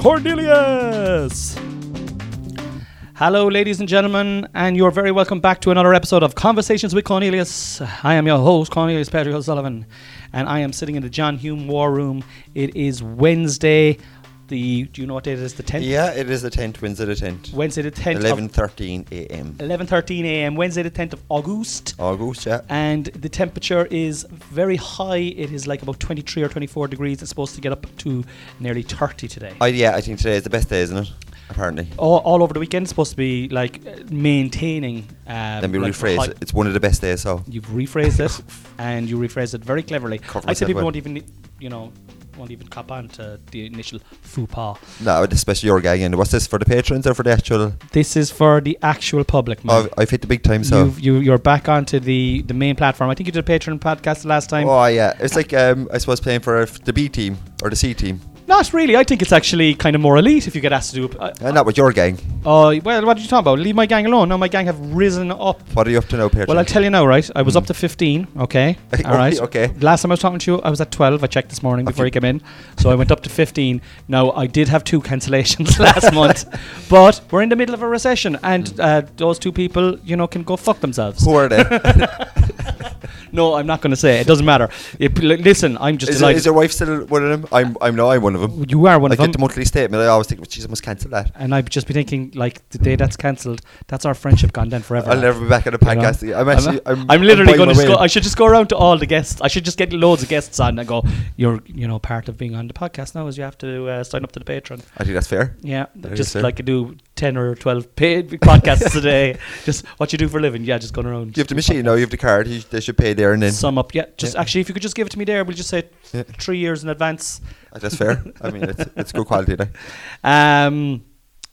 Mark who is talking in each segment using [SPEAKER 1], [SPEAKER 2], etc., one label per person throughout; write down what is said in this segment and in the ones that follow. [SPEAKER 1] Cornelius. Hello, ladies and gentlemen, and you're very welcome back to another episode of Conversations with Cornelius. I am your host, Cornelius Patrick O'Sullivan, and I am sitting in the John Hume War Room. It is Wednesday, the do you know what date it is? The 10th?
[SPEAKER 2] Yeah, it is the 10th, Wednesday the 10th.
[SPEAKER 1] Wednesday the 10th.
[SPEAKER 2] Eleven
[SPEAKER 1] of
[SPEAKER 2] thirteen a.m.
[SPEAKER 1] 11.13 a.m. Wednesday the 10th of August.
[SPEAKER 2] August, yeah.
[SPEAKER 1] And the temperature is very high. It is like about 23 or 24 degrees. It's supposed to get up to nearly 30 today.
[SPEAKER 2] I, yeah, I think today is the best day, isn't it? Apparently.
[SPEAKER 1] all, all over the weekend. It's supposed to be like uh, maintaining. Um,
[SPEAKER 2] Let me
[SPEAKER 1] like,
[SPEAKER 2] rephrase.
[SPEAKER 1] high-
[SPEAKER 2] it. It's one of the best days, so.
[SPEAKER 1] You've rephrased it, and you rephrased it very cleverly.
[SPEAKER 2] Cover
[SPEAKER 1] I say
[SPEAKER 2] myself
[SPEAKER 1] people
[SPEAKER 2] well.
[SPEAKER 1] won't even, you know, won't even cop on to the initial faux pas.
[SPEAKER 2] No, especially your gag. And what's this for the patrons or for the actual?
[SPEAKER 1] This is for the actual public, man.
[SPEAKER 2] Oh, I've hit the big time, so.
[SPEAKER 1] You've, you you're back onto the the main platform. I think you did a Patreon podcast the last time.
[SPEAKER 2] Oh, yeah. It's like, um, I suppose, playing for the B team or the C team.
[SPEAKER 1] Not really. I think it's actually kind of more elite if you get asked to do. Uh,
[SPEAKER 2] And not with your gang.
[SPEAKER 1] uh, well, what are you talking about? Leave my gang alone. Now my gang have risen up
[SPEAKER 2] What are you up to now, patrons?
[SPEAKER 1] Well, I'll tell you now, right? I was
[SPEAKER 2] Mm.
[SPEAKER 1] up to 15, okay?
[SPEAKER 2] Okay,
[SPEAKER 1] All right.
[SPEAKER 2] okay.
[SPEAKER 1] Last time I was talking to you, I was at 12. I checked this morning before you
[SPEAKER 2] Okay.
[SPEAKER 1] came in. So I went up to 15. Now, I did have two cancellations last month, but we're in the middle of a recession, and uh, those two people, you know, can go fuck themselves.
[SPEAKER 2] Hmm. Who are they?
[SPEAKER 1] No, I'm not going to say. It doesn't matter. It, l- listen, I'm just
[SPEAKER 2] is, it-
[SPEAKER 1] delighted.
[SPEAKER 2] is your wife still one of them? I'm, I'm no, I'm one of them.
[SPEAKER 1] you are one
[SPEAKER 2] I
[SPEAKER 1] of
[SPEAKER 2] get
[SPEAKER 1] them.
[SPEAKER 2] the monthly statement. I always think, well, geez, I must cancel that.
[SPEAKER 1] and I'd just be thinking, like, the day that's cancelled, that's our friendship gone then forever.
[SPEAKER 2] I'll never be back on a
[SPEAKER 1] You know?
[SPEAKER 2] podcast. I'm actually, I'm,
[SPEAKER 1] I'm literally
[SPEAKER 2] buying
[SPEAKER 1] going to.
[SPEAKER 2] my
[SPEAKER 1] Just
[SPEAKER 2] way.
[SPEAKER 1] go, I should just go around to all the guests. I should just get loads of guests on and go. You're, you know, part of being on the podcast now is you have to uh, sign up to the Patreon.
[SPEAKER 2] I think that's fair.
[SPEAKER 1] Yeah,
[SPEAKER 2] There you
[SPEAKER 1] just
[SPEAKER 2] go.
[SPEAKER 1] like I do ten or twelve paid podcasts a day. Just what you do for a living. Yeah, just going around.
[SPEAKER 2] You have the machine now, you have the card, you, they should pay there and then.
[SPEAKER 1] Sum up. Yeah, just
[SPEAKER 2] Yeah.
[SPEAKER 1] actually, if you could just give it to me there, we'll just say
[SPEAKER 2] Yeah.
[SPEAKER 1] three years in advance.
[SPEAKER 2] Uh, That's fair. I mean, it's, it's good quality there.
[SPEAKER 1] Um,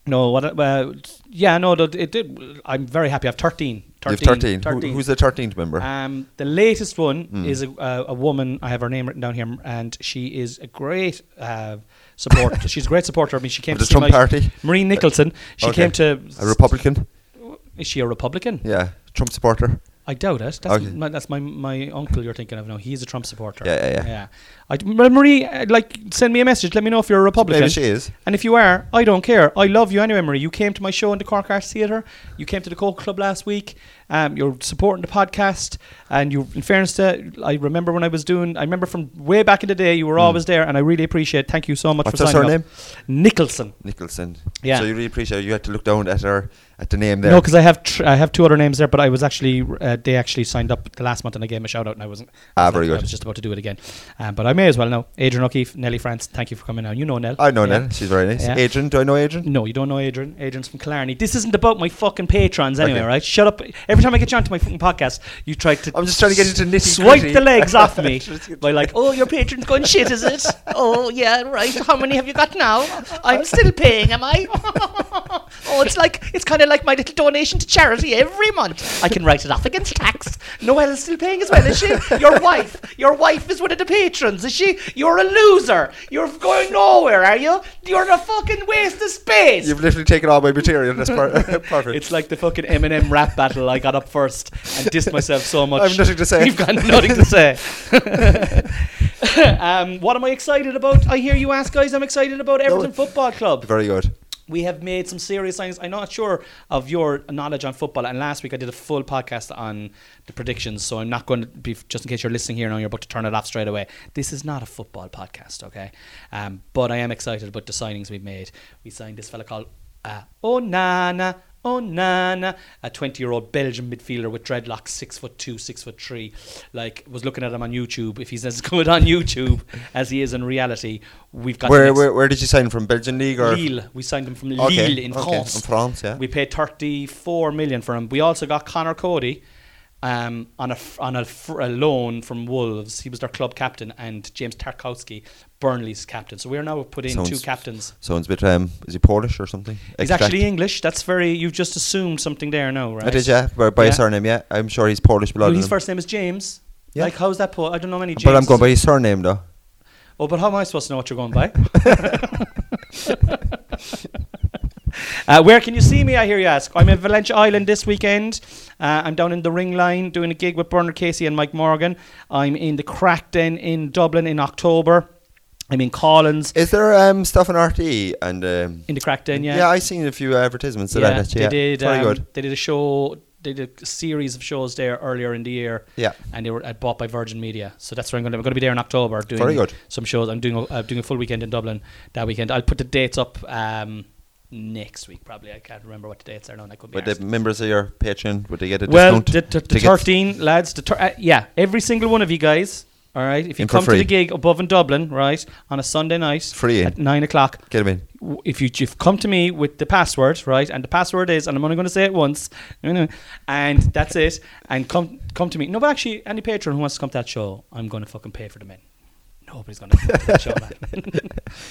[SPEAKER 1] no, what? Uh, yeah, no, th- it did. I'm very happy. I have 13.
[SPEAKER 2] You
[SPEAKER 1] 13.
[SPEAKER 2] have 13. Who- who's the 13th member?
[SPEAKER 1] Um, the latest one
[SPEAKER 2] Mm.
[SPEAKER 1] is a, uh, a woman. I have her name written down here, m- and she is a great uh, support. She's a great supporter of me. She came
[SPEAKER 2] Of the
[SPEAKER 1] to see
[SPEAKER 2] Trump
[SPEAKER 1] my
[SPEAKER 2] Party?
[SPEAKER 1] Marie Nicholson. She
[SPEAKER 2] Okay.
[SPEAKER 1] came to.
[SPEAKER 2] A Republican?
[SPEAKER 1] Is she a Republican?
[SPEAKER 2] Yeah. Trump supporter?
[SPEAKER 1] I doubt it. That's,
[SPEAKER 2] Okay.
[SPEAKER 1] my, that's my my uncle you're thinking of now. He's a Trump supporter.
[SPEAKER 2] Yeah, yeah, yeah.
[SPEAKER 1] I d- well, Marie, uh, like, send me a message. Let me know if you're a Republican.
[SPEAKER 2] Maybe she is.
[SPEAKER 1] And if you are, I don't care. I love you anyway, Marie. You came to my show in the Cork Arts Theatre. You came to the Coke Club last week. Um, you're supporting the podcast, and you, in fairness to, I remember when I was doing. I remember from way back in the day, you were always there, and I really appreciate. Thank you so much
[SPEAKER 2] Hmm. What's
[SPEAKER 1] for
[SPEAKER 2] her
[SPEAKER 1] signing
[SPEAKER 2] surname?
[SPEAKER 1] up. Nicholson.
[SPEAKER 2] Nicholson.
[SPEAKER 1] Yeah.
[SPEAKER 2] So you really appreciate you had to look down at her, at the name there.
[SPEAKER 1] No, because I have tr- I have two other names there, but I was actually uh, they actually signed up the last month and I gave them a shout out and I wasn't.
[SPEAKER 2] Ah,
[SPEAKER 1] I was
[SPEAKER 2] very
[SPEAKER 1] like- I
[SPEAKER 2] good.
[SPEAKER 1] was just about to do it again, um, but I may as well now. Adrian O'Keefe, Nelly France, thank you for coming on. You know Nell.
[SPEAKER 2] I know
[SPEAKER 1] Yeah.
[SPEAKER 2] Nell. She's very nice.
[SPEAKER 1] Yeah.
[SPEAKER 2] Adrian, do I know Adrian?
[SPEAKER 1] No, you don't know Adrian. Adrian's from Killarney. This isn't about my fucking patrons anyway,
[SPEAKER 2] Okay.
[SPEAKER 1] right? Shut up. Every time I get you onto my fucking podcast, you try to.
[SPEAKER 2] I'm just trying to get into nitty
[SPEAKER 1] Swipe
[SPEAKER 2] gritty.
[SPEAKER 1] the legs off me by like, oh, your patron's going shit, is it? Oh, yeah, right. How many have you got now? I'm still paying, am I? oh, it's like it's kind of like my little donation to charity every month. I can write it off against tax. Noelle's still paying as well, is she? Your wife, your wife is one of the patrons, is she? You're a loser. You're going nowhere, are you? You're a fucking waste of space.
[SPEAKER 2] You've literally taken all my material. That's per- perfect.
[SPEAKER 1] It's like the fucking Eminem rap battle. I got up first and dissed myself so much.
[SPEAKER 2] I've nothing to say.
[SPEAKER 1] You've got nothing to say. um, what am I excited about? I hear you ask, guys. I'm excited about Everton Football Club.
[SPEAKER 2] very good.
[SPEAKER 1] We have made some serious signs. I'm not sure of your knowledge on football. And last week I did a full podcast on the predictions. So I'm not going to be, just in case you're listening here now, you're about to turn it off straight away. This is not a football podcast, okay? Um, but I am excited about the signings we've made. We signed this fella called uh, Onana. Onana, a 20 year old Belgian midfielder with dreadlocks, six foot two, six foot three. Like, was looking at him on YouTube. If he's as good on YouTube as he is in reality, we've got the
[SPEAKER 2] Where,
[SPEAKER 1] next-
[SPEAKER 2] where where did you sign from? Belgian league or
[SPEAKER 1] Lille. We signed him from Lille
[SPEAKER 2] Okay,
[SPEAKER 1] in
[SPEAKER 2] okay,
[SPEAKER 1] France.
[SPEAKER 2] in France, yeah.
[SPEAKER 1] We paid 34 million for him. We also got Connor Cody um, on a f- on a, f- a loan from Wolves. He was their club captain, and James Tarkowski, Burnley's captain. So we are now put in two
[SPEAKER 2] Sounds-
[SPEAKER 1] captains.
[SPEAKER 2] Sounds a bit. Um, is he Polish or something?
[SPEAKER 1] He's
[SPEAKER 2] Extract-
[SPEAKER 1] actually English. That's very. You've just assumed something there, no? Right.
[SPEAKER 2] I did, yeah. By, by
[SPEAKER 1] Yeah.
[SPEAKER 2] his surname, yeah. I'm sure he's Polish blood.
[SPEAKER 1] Well,
[SPEAKER 2] in
[SPEAKER 1] his
[SPEAKER 2] him.
[SPEAKER 1] first name is James.
[SPEAKER 2] Yeah.
[SPEAKER 1] Like, how's that? Po- I don't know any James.
[SPEAKER 2] but I'm going by his surname though.
[SPEAKER 1] Oh, but how am I supposed to know what you're going by? uh, where can you see me? I hear you ask. I'm in Valencia Island this weekend. Uh, I'm down in the Ring Line doing a gig with Bernard Casey and Mike Morgan. I'm in the Crackden in Dublin in October. I'm in Collins
[SPEAKER 2] Is there um stuff on RTE and um,
[SPEAKER 1] in the Crackden. Yeah,
[SPEAKER 2] yeah, I seen a few advertisements of that. Actually,
[SPEAKER 1] they
[SPEAKER 2] yeah.
[SPEAKER 1] did.
[SPEAKER 2] Very
[SPEAKER 1] um,
[SPEAKER 2] good.
[SPEAKER 1] They did a show. They did a series of shows there earlier in the year.
[SPEAKER 2] Yeah.
[SPEAKER 1] and they were uh, bought by Virgin Media. So that's where I'm going. to I'm going to be there in October doing
[SPEAKER 2] Very good.
[SPEAKER 1] some shows. I'm doing a, uh, doing a full weekend in Dublin that weekend. I'll put the dates up um, next week probably. I can't remember what the dates are now. and I could be.
[SPEAKER 2] But the
[SPEAKER 1] arsed.
[SPEAKER 2] members of your Patreon would they get a
[SPEAKER 1] Well, the,
[SPEAKER 2] discount?
[SPEAKER 1] the, the
[SPEAKER 2] Tickets?
[SPEAKER 1] 13 lads, the tur- uh, yeah, every single one of you guys. All right, if you
[SPEAKER 2] In for
[SPEAKER 1] come to
[SPEAKER 2] free.
[SPEAKER 1] the gig above in Dublin, right, on a Sunday night,
[SPEAKER 2] Free in.
[SPEAKER 1] at nine o'clock,
[SPEAKER 2] Get him in.
[SPEAKER 1] w- if you you've come to me with the password, right, and the password is, and I'm only going to say it once, and that's it, and come come to me. No, but actually, any patron who wants to come to that show, I'm going to fucking pay for them in. Nobody's going to come to that show, man.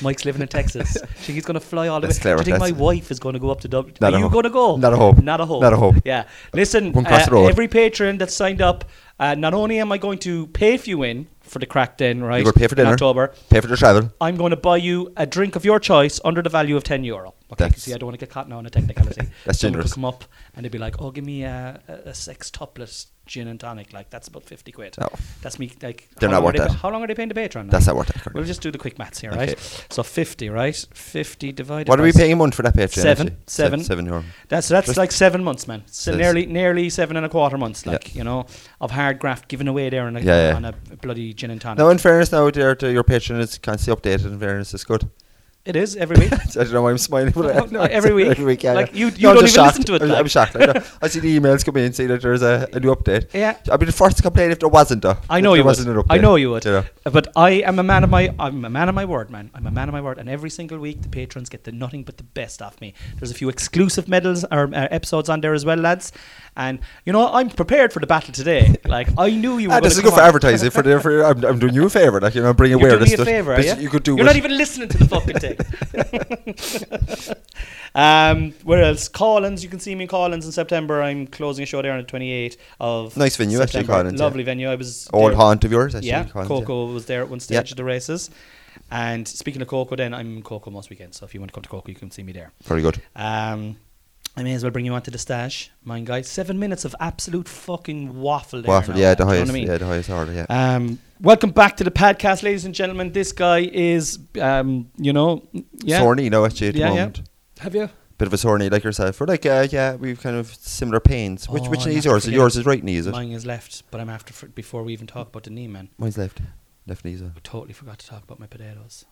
[SPEAKER 1] Mike's living in Texas. She, he's going to fly all the
[SPEAKER 2] That's
[SPEAKER 1] way.
[SPEAKER 2] clever,
[SPEAKER 1] Do you think
[SPEAKER 2] that's-
[SPEAKER 1] my wife is going to go up to Dublin?
[SPEAKER 2] Not
[SPEAKER 1] Are
[SPEAKER 2] a
[SPEAKER 1] you
[SPEAKER 2] hope.
[SPEAKER 1] going to go?
[SPEAKER 2] Not a hope.
[SPEAKER 1] Not a hope.
[SPEAKER 2] Not a hope.
[SPEAKER 1] Yeah. Listen,
[SPEAKER 2] Won't cross
[SPEAKER 1] uh,
[SPEAKER 2] the road.
[SPEAKER 1] every patron that signed up, uh, not only am I going to pay for you in for the crack den, right?
[SPEAKER 2] gonna pay for
[SPEAKER 1] in
[SPEAKER 2] dinner.
[SPEAKER 1] October.
[SPEAKER 2] Pay for the travel.
[SPEAKER 1] I'm going to buy you a drink of your choice under the value of 10 euro. Okay,
[SPEAKER 2] That's-
[SPEAKER 1] see, I don't want to get caught now on a technicality.
[SPEAKER 2] That's
[SPEAKER 1] Someone
[SPEAKER 2] generous.
[SPEAKER 1] could come up and they'd be like, oh, give me a, a, a six topless gin and tonic. Like, that's about 50 quid.
[SPEAKER 2] No.
[SPEAKER 1] That's me, like,
[SPEAKER 2] Oh.
[SPEAKER 1] how
[SPEAKER 2] They're not
[SPEAKER 1] long are
[SPEAKER 2] worth
[SPEAKER 1] they-
[SPEAKER 2] that.
[SPEAKER 1] How long are they paying the patron? now?
[SPEAKER 2] That's not worth it.
[SPEAKER 1] We'll just do the quick maths here,
[SPEAKER 2] Okay.
[SPEAKER 1] right? So 50, right? 50 divided
[SPEAKER 2] What
[SPEAKER 1] by
[SPEAKER 2] are we
[SPEAKER 1] s-
[SPEAKER 2] paying a month for that Patreon?
[SPEAKER 1] Seven.
[SPEAKER 2] actually?
[SPEAKER 1] Seven.
[SPEAKER 2] Se- Seven euro.
[SPEAKER 1] That's that's
[SPEAKER 2] Just-
[SPEAKER 1] like seven months, man. So
[SPEAKER 2] Says-
[SPEAKER 1] nearly nearly seven and a quarter months,
[SPEAKER 2] Yeah.
[SPEAKER 1] like you know, of hard graft given away there on a,
[SPEAKER 2] Yeah, yeah.
[SPEAKER 1] on a bloody gin and tonic.
[SPEAKER 2] Now, in fairness, now there to your Patreon is constantly updated. In fairness, it's good.
[SPEAKER 1] it is every week.
[SPEAKER 2] I don't know why I'm smiling. But I-
[SPEAKER 1] Oh,
[SPEAKER 2] no,
[SPEAKER 1] every
[SPEAKER 2] it's-
[SPEAKER 1] week?
[SPEAKER 2] Every week, yeah.
[SPEAKER 1] Like,
[SPEAKER 2] yeah.
[SPEAKER 1] you- you
[SPEAKER 2] I'm
[SPEAKER 1] don't
[SPEAKER 2] just
[SPEAKER 1] even
[SPEAKER 2] shocked.
[SPEAKER 1] listen to it,
[SPEAKER 2] I'm,
[SPEAKER 1] like.
[SPEAKER 2] I'm shocked. I, know. I see the emails come in and see that there's a, a new update.
[SPEAKER 1] yeah,
[SPEAKER 2] I'd be the first to complain if there wasn't a.
[SPEAKER 1] I know
[SPEAKER 2] if
[SPEAKER 1] you
[SPEAKER 2] there
[SPEAKER 1] would.
[SPEAKER 2] wasn't an update.
[SPEAKER 1] I know you would.
[SPEAKER 2] know.
[SPEAKER 1] Uh, But I am a man of my I'm a man of my word, man. I'm a man of my word, and every single week the patrons get the nothing but the best off me. There's a few exclusive medals or uh, episodes on there as well, lads. And you know I'm prepared for the battle today. Like I knew you were.
[SPEAKER 2] Ah,
[SPEAKER 1] gonna
[SPEAKER 2] this is
[SPEAKER 1] come
[SPEAKER 2] good for
[SPEAKER 1] on.
[SPEAKER 2] advertising. For, the, for I'm, I'm doing you a favour. Like you know, bring
[SPEAKER 1] You're doing
[SPEAKER 2] awareness.
[SPEAKER 1] me a
[SPEAKER 2] to it.
[SPEAKER 1] favour, are
[SPEAKER 2] But
[SPEAKER 1] you?
[SPEAKER 2] You could do.
[SPEAKER 1] You're
[SPEAKER 2] with-
[SPEAKER 1] not even listening to the fucking thing. um, where else? Collins. You can see me in Collins in September. I'm closing a show there on the 28th of
[SPEAKER 2] Nice venue, actually,
[SPEAKER 1] September.
[SPEAKER 2] Collins, yeah.
[SPEAKER 1] Lovely venue. I was
[SPEAKER 2] old
[SPEAKER 1] there-
[SPEAKER 2] haunt of yours. Actually,
[SPEAKER 1] Yeah,
[SPEAKER 2] Collins,
[SPEAKER 1] Coco was there at one stage
[SPEAKER 2] Yeah.
[SPEAKER 1] of the races. And speaking of Coco, then I'm in Coco most weekends. So if you want to come to Coco, you can see me there.
[SPEAKER 2] Very good.
[SPEAKER 1] Um, I may as well bring you onto the stash, mine guys. Seven minutes of absolute fucking waffle. There
[SPEAKER 2] Waffle,
[SPEAKER 1] now,
[SPEAKER 2] yeah, the
[SPEAKER 1] do you know what I
[SPEAKER 2] highest,
[SPEAKER 1] mean?
[SPEAKER 2] yeah, the highest order, yeah.
[SPEAKER 1] Um, welcome back to the podcast, ladies and gentlemen. This guy is, um, you know, yeah.
[SPEAKER 2] Sore knee, no, actually, at
[SPEAKER 1] Yeah,
[SPEAKER 2] the
[SPEAKER 1] yeah.
[SPEAKER 2] moment.
[SPEAKER 1] Have you?
[SPEAKER 2] Bit of a sore knee, like yourself. We're like, uh, yeah, we've kind of similar pains. Which
[SPEAKER 1] Oh,
[SPEAKER 2] which
[SPEAKER 1] I'm
[SPEAKER 2] knee's
[SPEAKER 1] not
[SPEAKER 2] yours?
[SPEAKER 1] forgetting.
[SPEAKER 2] Yours is right knee, is it?
[SPEAKER 1] Mine is left, but I'm after f- before we even talk about the knee, man.
[SPEAKER 2] Mine's left. Left knee's on.
[SPEAKER 1] I totally forgot to talk about my potatoes.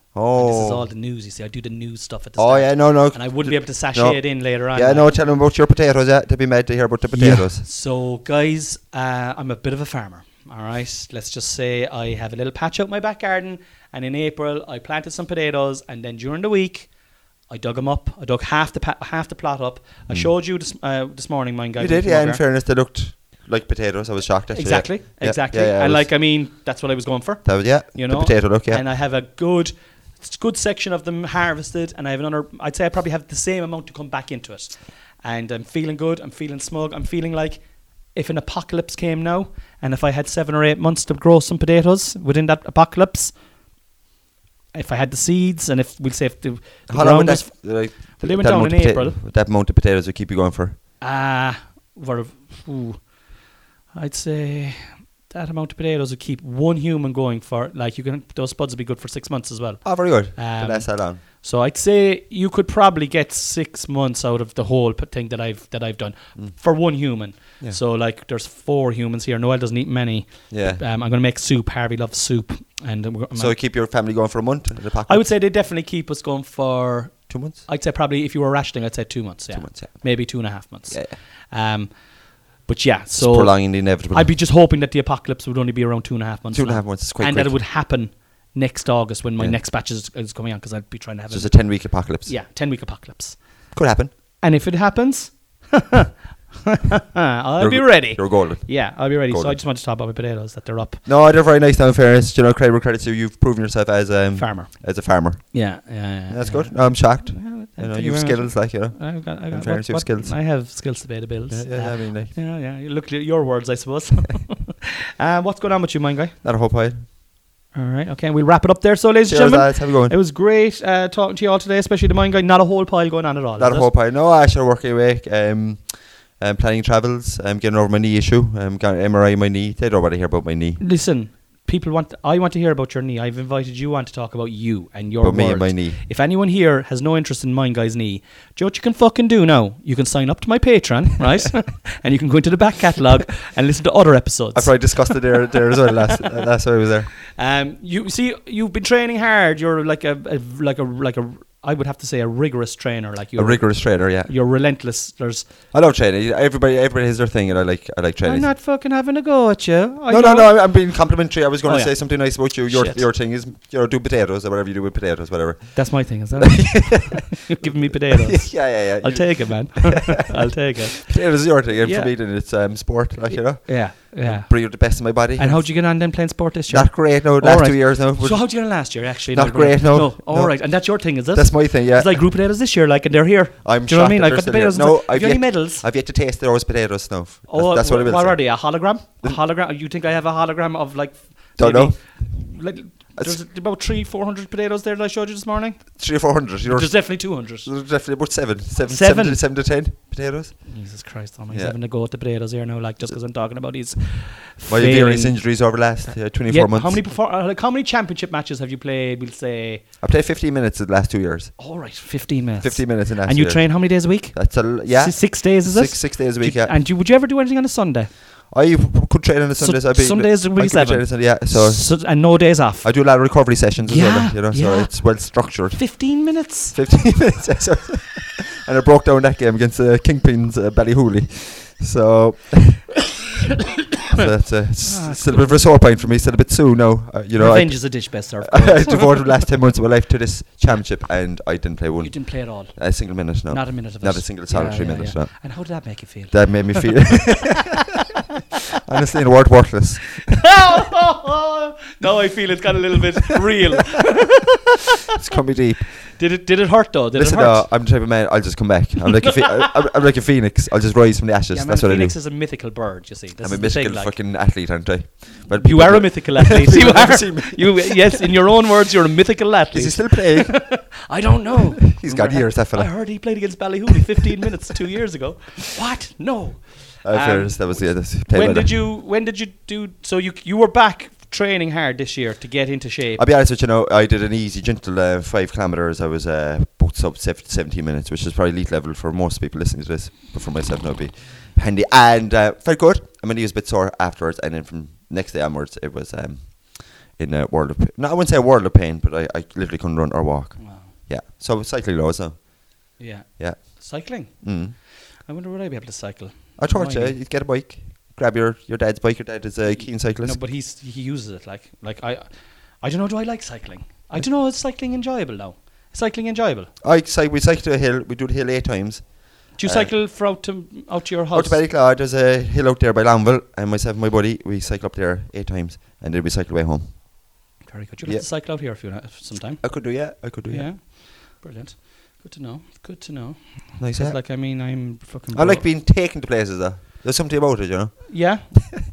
[SPEAKER 1] And
[SPEAKER 2] Oh.
[SPEAKER 1] this is all the news. You see, I do the news stuff at the
[SPEAKER 2] oh
[SPEAKER 1] start,
[SPEAKER 2] yeah, no, no.
[SPEAKER 1] and I wouldn't be able to sachet
[SPEAKER 2] No.
[SPEAKER 1] it in later on.
[SPEAKER 2] Yeah,
[SPEAKER 1] like.
[SPEAKER 2] no. Tell them about your potatoes. Yeah, they'd be mad to hear about the potatoes.
[SPEAKER 1] Yeah. So, guys, uh, I'm a bit of a farmer. All right, let's just say I have a little patch out my back garden, and in April I planted some potatoes, and then during the week. I dug them up. I dug half the pa- half the plot up. I showed you this, uh, this morning, mine guy.
[SPEAKER 2] Hmm. You
[SPEAKER 1] when
[SPEAKER 2] did,
[SPEAKER 1] came
[SPEAKER 2] yeah.
[SPEAKER 1] over.
[SPEAKER 2] In fairness, they looked like potatoes. I was shocked. Actually, yeah.
[SPEAKER 1] Exactly,
[SPEAKER 2] Yeah,
[SPEAKER 1] exactly.
[SPEAKER 2] yeah, yeah, I
[SPEAKER 1] and
[SPEAKER 2] was-
[SPEAKER 1] like, I mean, that's what I was going for.
[SPEAKER 2] that was, yeah,
[SPEAKER 1] You
[SPEAKER 2] the
[SPEAKER 1] know,
[SPEAKER 2] potato look. Yeah,
[SPEAKER 1] And I have a good, it's good section of them harvested, and I have another. I'd say I probably have the same amount to come back into it, and I'm feeling good. I'm feeling smug. I'm feeling like if an apocalypse came now, and if I had seven or eight months to grow some potatoes within that apocalypse, if I had the seeds, and if we'll say if the, the
[SPEAKER 2] How long would
[SPEAKER 1] ground
[SPEAKER 2] that,
[SPEAKER 1] was
[SPEAKER 2] like,
[SPEAKER 1] Well, they went
[SPEAKER 2] that
[SPEAKER 1] down
[SPEAKER 2] amount
[SPEAKER 1] in
[SPEAKER 2] of pota-
[SPEAKER 1] April.
[SPEAKER 2] That amount of potatoes would keep you going for.
[SPEAKER 1] ah, were, ooh, I'd say. That amount of potatoes would keep one human going for like you can those spuds would be good for six months as well.
[SPEAKER 2] Oh, very good.
[SPEAKER 1] Um,
[SPEAKER 2] Um, that's how long.
[SPEAKER 1] So I'd say you could probably get six months out of the whole p- thing that I've that I've done for one human.
[SPEAKER 2] Mm. Yeah.
[SPEAKER 1] So like, there's four humans here. Noel doesn't eat many.
[SPEAKER 2] Yeah.
[SPEAKER 1] Um, I'm gonna make soup. Harvey loves soup, and I'm,
[SPEAKER 2] so you keep your family going for a month. at the pack
[SPEAKER 1] I would say they definitely keep us going for.
[SPEAKER 2] two months.
[SPEAKER 1] I'd say probably if you were rationing, I'd say two months. Yeah.
[SPEAKER 2] Two months. Yeah.
[SPEAKER 1] Maybe two and a half months.
[SPEAKER 2] yeah, yeah.
[SPEAKER 1] Um, but yeah,
[SPEAKER 2] Just
[SPEAKER 1] so
[SPEAKER 2] prolonging the inevitable.
[SPEAKER 1] I'd be just hoping that the apocalypse would only be around two and a half months.
[SPEAKER 2] two and a
[SPEAKER 1] long.
[SPEAKER 2] half months. It's quite
[SPEAKER 1] and
[SPEAKER 2] quick.
[SPEAKER 1] that it would happen next August when my
[SPEAKER 2] Yeah.
[SPEAKER 1] next batch is, is coming on because I'd be trying to have
[SPEAKER 2] It's just
[SPEAKER 1] a,
[SPEAKER 2] a ten week apocalypse.
[SPEAKER 1] yeah ten week apocalypse.
[SPEAKER 2] could happen.
[SPEAKER 1] And if it happens, I'll
[SPEAKER 2] You're
[SPEAKER 1] be
[SPEAKER 2] go-
[SPEAKER 1] ready.
[SPEAKER 2] You're golden.
[SPEAKER 1] Yeah, I'll be ready. So I
[SPEAKER 2] Golden.
[SPEAKER 1] just want to talk about my potatoes that they're up.
[SPEAKER 2] No, they're very nice. Now, in fairness, Do you know, Kramer credits you. You've proven yourself as um,
[SPEAKER 1] Farmer.
[SPEAKER 2] as a farmer.
[SPEAKER 1] Yeah, yeah, yeah
[SPEAKER 2] That's
[SPEAKER 1] yeah.
[SPEAKER 2] good. No, I'm shocked.
[SPEAKER 1] Well,
[SPEAKER 2] You
[SPEAKER 1] thank
[SPEAKER 2] know,
[SPEAKER 1] you very
[SPEAKER 2] you've
[SPEAKER 1] much.
[SPEAKER 2] skills, like you know.
[SPEAKER 1] I've got, I've
[SPEAKER 2] In
[SPEAKER 1] got what-
[SPEAKER 2] fairness, you've
[SPEAKER 1] what-
[SPEAKER 2] skills.
[SPEAKER 1] I have skills to pay the bills. Uh,
[SPEAKER 2] Yeah, yeah, I mean, like
[SPEAKER 1] yeah, yeah. You look, your words, I suppose. uh, what's going on with you, mine guy?
[SPEAKER 2] not a whole pile.
[SPEAKER 1] All right, okay. We'll wrap it up there. So, ladies and
[SPEAKER 2] Cheers,
[SPEAKER 1] gentlemen,
[SPEAKER 2] lads. Have a good
[SPEAKER 1] it
[SPEAKER 2] one.
[SPEAKER 1] was great uh, talking to you all today, especially the mine guy. Not a whole pile going on at all.
[SPEAKER 2] Not
[SPEAKER 1] is
[SPEAKER 2] a
[SPEAKER 1] it?
[SPEAKER 2] whole pile. No, I shall work away. Um, um, planning travels. I'm um, getting over my knee issue. I'm got an MRI in my knee. They don't want to hear about my knee.
[SPEAKER 1] Listen, people want. I want to hear about your knee. I've invited you on to talk about you and your
[SPEAKER 2] About me and
[SPEAKER 1] world.
[SPEAKER 2] my knee.
[SPEAKER 1] If anyone here has no interest in mine guy's knee, do you know what you can fucking do now? You can sign up to my Patreon, right? and you can go into the back catalogue and listen to other episodes.
[SPEAKER 2] I probably discussed it there, there as well last, uh, last time I was there.
[SPEAKER 1] Um, you see, you've been training hard. You're like a, a like a like a. I would have to say a rigorous trainer. Like you,
[SPEAKER 2] A rigorous trainer, yeah.
[SPEAKER 1] you're relentless. There's.
[SPEAKER 2] I love training. Everybody, everybody has their thing, and I like, I like training.
[SPEAKER 1] I'm not fucking having a go at you. I
[SPEAKER 2] no, no,
[SPEAKER 1] know-
[SPEAKER 2] no. I'm, I'm being complimentary. I was going
[SPEAKER 1] Oh,
[SPEAKER 2] to
[SPEAKER 1] yeah.
[SPEAKER 2] say something nice about you. Your,
[SPEAKER 1] Shit.
[SPEAKER 2] your thing is, you know, do potatoes or whatever you do with potatoes, whatever.
[SPEAKER 1] That's my thing. Is that? you're giving me potatoes.
[SPEAKER 2] yeah, yeah, yeah.
[SPEAKER 1] I'll
[SPEAKER 2] You-
[SPEAKER 1] take it, man. I'll take it.
[SPEAKER 2] potatoes is your thing, and
[SPEAKER 1] Yeah.
[SPEAKER 2] for me, then it's um, sport, like you know.
[SPEAKER 1] Yeah, yeah.
[SPEAKER 2] Bring out the best of my body.
[SPEAKER 1] And how'd you get on then playing sport this year?
[SPEAKER 2] Not great. No, last
[SPEAKER 1] right.
[SPEAKER 2] two years now.
[SPEAKER 1] so how'd you get on last year? Actually,
[SPEAKER 2] Not great, no,
[SPEAKER 1] No. All right,
[SPEAKER 2] no.
[SPEAKER 1] and that's your thing, is it?
[SPEAKER 2] That's my thing. Yeah.
[SPEAKER 1] It's like group potatoes this year, like, and they're here.
[SPEAKER 2] I'm
[SPEAKER 1] Do you know what I
[SPEAKER 2] shocked
[SPEAKER 1] mean?
[SPEAKER 2] that
[SPEAKER 1] I've
[SPEAKER 2] they're
[SPEAKER 1] got the
[SPEAKER 2] still here.
[SPEAKER 1] potatoes.
[SPEAKER 2] No,
[SPEAKER 1] No, I've
[SPEAKER 2] I've
[SPEAKER 1] got any
[SPEAKER 2] yet-
[SPEAKER 1] medals. Oh,
[SPEAKER 2] I've yet to taste those potatoes. No. That's, that's what I will
[SPEAKER 1] what
[SPEAKER 2] say.
[SPEAKER 1] are they? A hologram? A hologram? You think I have a hologram of like?
[SPEAKER 2] Don't
[SPEAKER 1] maybe-
[SPEAKER 2] know.
[SPEAKER 1] Like,
[SPEAKER 2] It's-
[SPEAKER 1] there's about three, four hundred potatoes there that I showed you this morning.
[SPEAKER 2] Three or four hundred. You're
[SPEAKER 1] There's definitely two hundred.
[SPEAKER 2] there's definitely about seven, seven,
[SPEAKER 1] Seven.
[SPEAKER 2] seven to, seven to ten potatoes.
[SPEAKER 1] Jesus Christ, I'm
[SPEAKER 2] Yeah.
[SPEAKER 1] having to go at the potatoes here now, like just because I'm talking about these.
[SPEAKER 2] My
[SPEAKER 1] failing-
[SPEAKER 2] various injuries over the last uh, twenty-four
[SPEAKER 1] Yeah,
[SPEAKER 2] months.
[SPEAKER 1] How many? Perfor- uh, like, how many championship matches have you played? We'll say,
[SPEAKER 2] I played fifteen minutes in the last two years.
[SPEAKER 1] all right, fifteen minutes.
[SPEAKER 2] Fifteen minutes in the last.
[SPEAKER 1] And
[SPEAKER 2] two
[SPEAKER 1] you
[SPEAKER 2] years.
[SPEAKER 1] train how many days a week?
[SPEAKER 2] That's a l- yeah.
[SPEAKER 1] Si- six days, is
[SPEAKER 2] six
[SPEAKER 1] it?
[SPEAKER 2] six days a
[SPEAKER 1] Do you-
[SPEAKER 2] week. Yeah.
[SPEAKER 1] And you, would you ever do anything on a Sunday?
[SPEAKER 2] I w- could train on the Sundays. I'd be,
[SPEAKER 1] Sundays
[SPEAKER 2] I
[SPEAKER 1] would be
[SPEAKER 2] could
[SPEAKER 1] seven.
[SPEAKER 2] training Sunday, yeah. So
[SPEAKER 1] and no days off.
[SPEAKER 2] I do a lot of recovery sessions as well.
[SPEAKER 1] Yeah,
[SPEAKER 2] like, You know, so
[SPEAKER 1] yeah.
[SPEAKER 2] it's well structured.
[SPEAKER 1] Fifteen minutes.
[SPEAKER 2] 15 minutes. yeah, so- and I broke down that game against uh, Kingpin's uh, Ballyhooly. So, so that's uh, s-
[SPEAKER 1] Ah,
[SPEAKER 2] still a bit of a sore point for me. Still a bit soon now. Uh, you know, I,
[SPEAKER 1] Revenge is a dish best served.
[SPEAKER 2] I devoted the last 10 months of my life to this championship and I didn't play one.
[SPEAKER 1] You didn't play at all.
[SPEAKER 2] A single minute, no.
[SPEAKER 1] Not a minute of
[SPEAKER 2] Not
[SPEAKER 1] it.
[SPEAKER 2] a single
[SPEAKER 1] Yeah,
[SPEAKER 2] solitary
[SPEAKER 1] yeah,
[SPEAKER 2] minute,
[SPEAKER 1] yeah.
[SPEAKER 2] no.
[SPEAKER 1] And how did that make you feel?
[SPEAKER 2] That made me feel. Honestly, in a word, worthless.
[SPEAKER 1] now I feel it's got a little bit real.
[SPEAKER 2] It's coming deep.
[SPEAKER 1] Did it? Did it hurt though? Did
[SPEAKER 2] Listen,
[SPEAKER 1] it hurt?
[SPEAKER 2] uh, I'm the type of man. I'll just come back. I'm like a phe- I'm, I'm like a phoenix. I'll just rise from the ashes.
[SPEAKER 1] yeah, man,
[SPEAKER 2] That's what
[SPEAKER 1] Phoenix
[SPEAKER 2] I do.
[SPEAKER 1] is a mythical bird. You see, This
[SPEAKER 2] I'm a
[SPEAKER 1] is the thing,
[SPEAKER 2] mythical
[SPEAKER 1] like-
[SPEAKER 2] fucking athlete, aren't I? But
[SPEAKER 1] You
[SPEAKER 2] people
[SPEAKER 1] are a
[SPEAKER 2] don't-
[SPEAKER 1] mythical athlete. you
[SPEAKER 2] People never
[SPEAKER 1] are.
[SPEAKER 2] see me.
[SPEAKER 1] You yes, in your own words, you're a mythical athlete.
[SPEAKER 2] Is he still playing?
[SPEAKER 1] I don't know.
[SPEAKER 2] He's got
[SPEAKER 1] Remember,
[SPEAKER 2] years, that fella.
[SPEAKER 1] I heard he played against Ballyhooly 15 minutes two years ago. What? No.
[SPEAKER 2] Uh,
[SPEAKER 1] Um,
[SPEAKER 2] fairness, that was the other.
[SPEAKER 1] When did
[SPEAKER 2] uh,
[SPEAKER 1] you? When did you do? So you you were back training hard this year to get into shape.
[SPEAKER 2] I'll be honest with you. Know I did an easy, gentle uh, five kilometers. I was uh, about sub sev- seventeen minutes, which is probably elite level for most people listening to this, but for myself, no, it'd be handy and uh, felt good. I mean, he was a bit sore afterwards, and then from next day onwards, it was um, in a world of. Pain. No, I wouldn't say a world of pain, but I, I literally couldn't run or walk.
[SPEAKER 1] Wow.
[SPEAKER 2] Yeah, so cycling lows now.
[SPEAKER 1] Yeah.
[SPEAKER 2] Yeah.
[SPEAKER 1] Cycling.
[SPEAKER 2] Mm.
[SPEAKER 1] I wonder would I be able to cycle?
[SPEAKER 2] I thought you,
[SPEAKER 1] Why?
[SPEAKER 2] you'd get a bike, grab your, your dad's bike. Your dad is a keen cyclist.
[SPEAKER 1] No, but he's he uses it like like I, I don't know. Do I like cycling? I don't know. Is cycling enjoyable now? Is cycling enjoyable?
[SPEAKER 2] I cycle. We cycle to a hill. We do the hill eight times.
[SPEAKER 1] Do you
[SPEAKER 2] Uh,
[SPEAKER 1] cycle from out to out to your house?
[SPEAKER 2] Out to Ballyclad, there's a hill out there by Longville, and myself and my buddy, we cycle up there eight times, and then we cycle way home.
[SPEAKER 1] Very good. You'll have
[SPEAKER 2] Yeah.
[SPEAKER 1] to cycle out here if you want sometime.
[SPEAKER 2] I could do yeah, I could do
[SPEAKER 1] Yeah.
[SPEAKER 2] yeah.
[SPEAKER 1] Brilliant. Good to know. Good to know.
[SPEAKER 2] Nice.
[SPEAKER 1] Because,
[SPEAKER 2] yeah.
[SPEAKER 1] like, I mean, I'm fucking.
[SPEAKER 2] I like
[SPEAKER 1] broke.
[SPEAKER 2] being taken to places though. There's something about it, you know.
[SPEAKER 1] Yeah.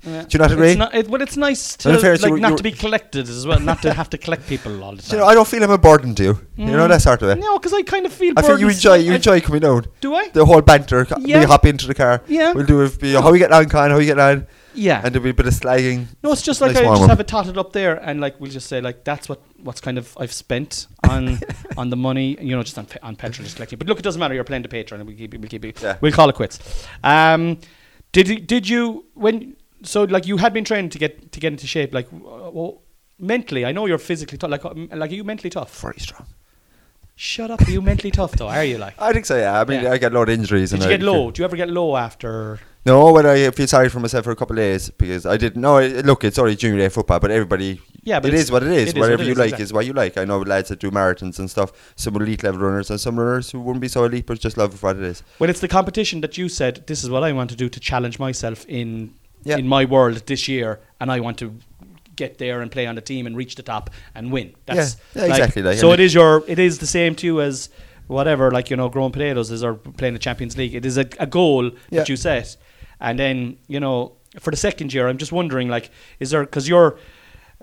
[SPEAKER 1] Yeah.
[SPEAKER 2] Do you not agree?
[SPEAKER 1] It's not, it, well, it's nice to
[SPEAKER 2] Well, in fairness,
[SPEAKER 1] like
[SPEAKER 2] you were-
[SPEAKER 1] not
[SPEAKER 2] you
[SPEAKER 1] to
[SPEAKER 2] were-
[SPEAKER 1] be collected as well, not to have to collect people all the
[SPEAKER 2] Do
[SPEAKER 1] time.
[SPEAKER 2] you know, I don't feel I'm a burden to you. You know
[SPEAKER 1] Mm.
[SPEAKER 2] that sort of way.
[SPEAKER 1] no, because I kind of feel.
[SPEAKER 2] I feel you
[SPEAKER 1] burdens-
[SPEAKER 2] enjoy you
[SPEAKER 1] I-
[SPEAKER 2] enjoy coming down.
[SPEAKER 1] Do I?
[SPEAKER 2] The whole banter. c-
[SPEAKER 1] Yeah.
[SPEAKER 2] We hop into the car.
[SPEAKER 1] Yeah.
[SPEAKER 2] We'll do it. be How we get on, Con? How we get on?
[SPEAKER 1] Yeah.
[SPEAKER 2] And there'll be a bit of slagging.
[SPEAKER 1] No, it's just like
[SPEAKER 2] Nice
[SPEAKER 1] I
[SPEAKER 2] warm
[SPEAKER 1] just
[SPEAKER 2] up.
[SPEAKER 1] have it totted up there, and like we'll just say like that's what what's kind of I've spent on on the money, you know, just on, pe- on petrol, just collecting. But look, it doesn't matter. You're playing the Patreon, and we keep it- we keep it.
[SPEAKER 2] Yeah.
[SPEAKER 1] We'll call it quits. Um, did you, did you when so like you had been training to get to get into shape like w- w- mentally? I know you're physically tough. Like uh, m- like are you mentally tough?
[SPEAKER 2] Very strong.
[SPEAKER 1] Shut up. Are you mentally tough though? Are you like?
[SPEAKER 2] I think so. Yeah. I mean,
[SPEAKER 1] Yeah.
[SPEAKER 2] I get a lot of injuries.
[SPEAKER 1] Did
[SPEAKER 2] and
[SPEAKER 1] you
[SPEAKER 2] I
[SPEAKER 1] get low? Do you ever get low after?
[SPEAKER 2] No, when I feel sorry for myself for a couple of days because I didn't know. Look, it's only junior day football, but everybody,
[SPEAKER 1] Yeah, but
[SPEAKER 2] it
[SPEAKER 1] it's-
[SPEAKER 2] is what it
[SPEAKER 1] it
[SPEAKER 2] is.
[SPEAKER 1] is what
[SPEAKER 2] Whatever
[SPEAKER 1] it
[SPEAKER 2] you
[SPEAKER 1] is,
[SPEAKER 2] like
[SPEAKER 1] exactly.
[SPEAKER 2] is what you like. I know lads that do marathons and stuff. Some are elite level runners and some runners who wouldn't be so elite, but just love it for what it is.
[SPEAKER 1] Well, it's the competition that you said. This is what I want to do to challenge myself in
[SPEAKER 2] Yeah.
[SPEAKER 1] in my world this year, and I want to get there and play on the team and reach the top and win. That's
[SPEAKER 2] Yeah, exactly, like,
[SPEAKER 1] so. It
[SPEAKER 2] and
[SPEAKER 1] is your. It is the same to you as whatever, like you know, growing potatoes is or playing the Champions League. It is a, a goal
[SPEAKER 2] Yeah.
[SPEAKER 1] that you set, and then you know, for the second year, I'm just wondering, like, is there because you're.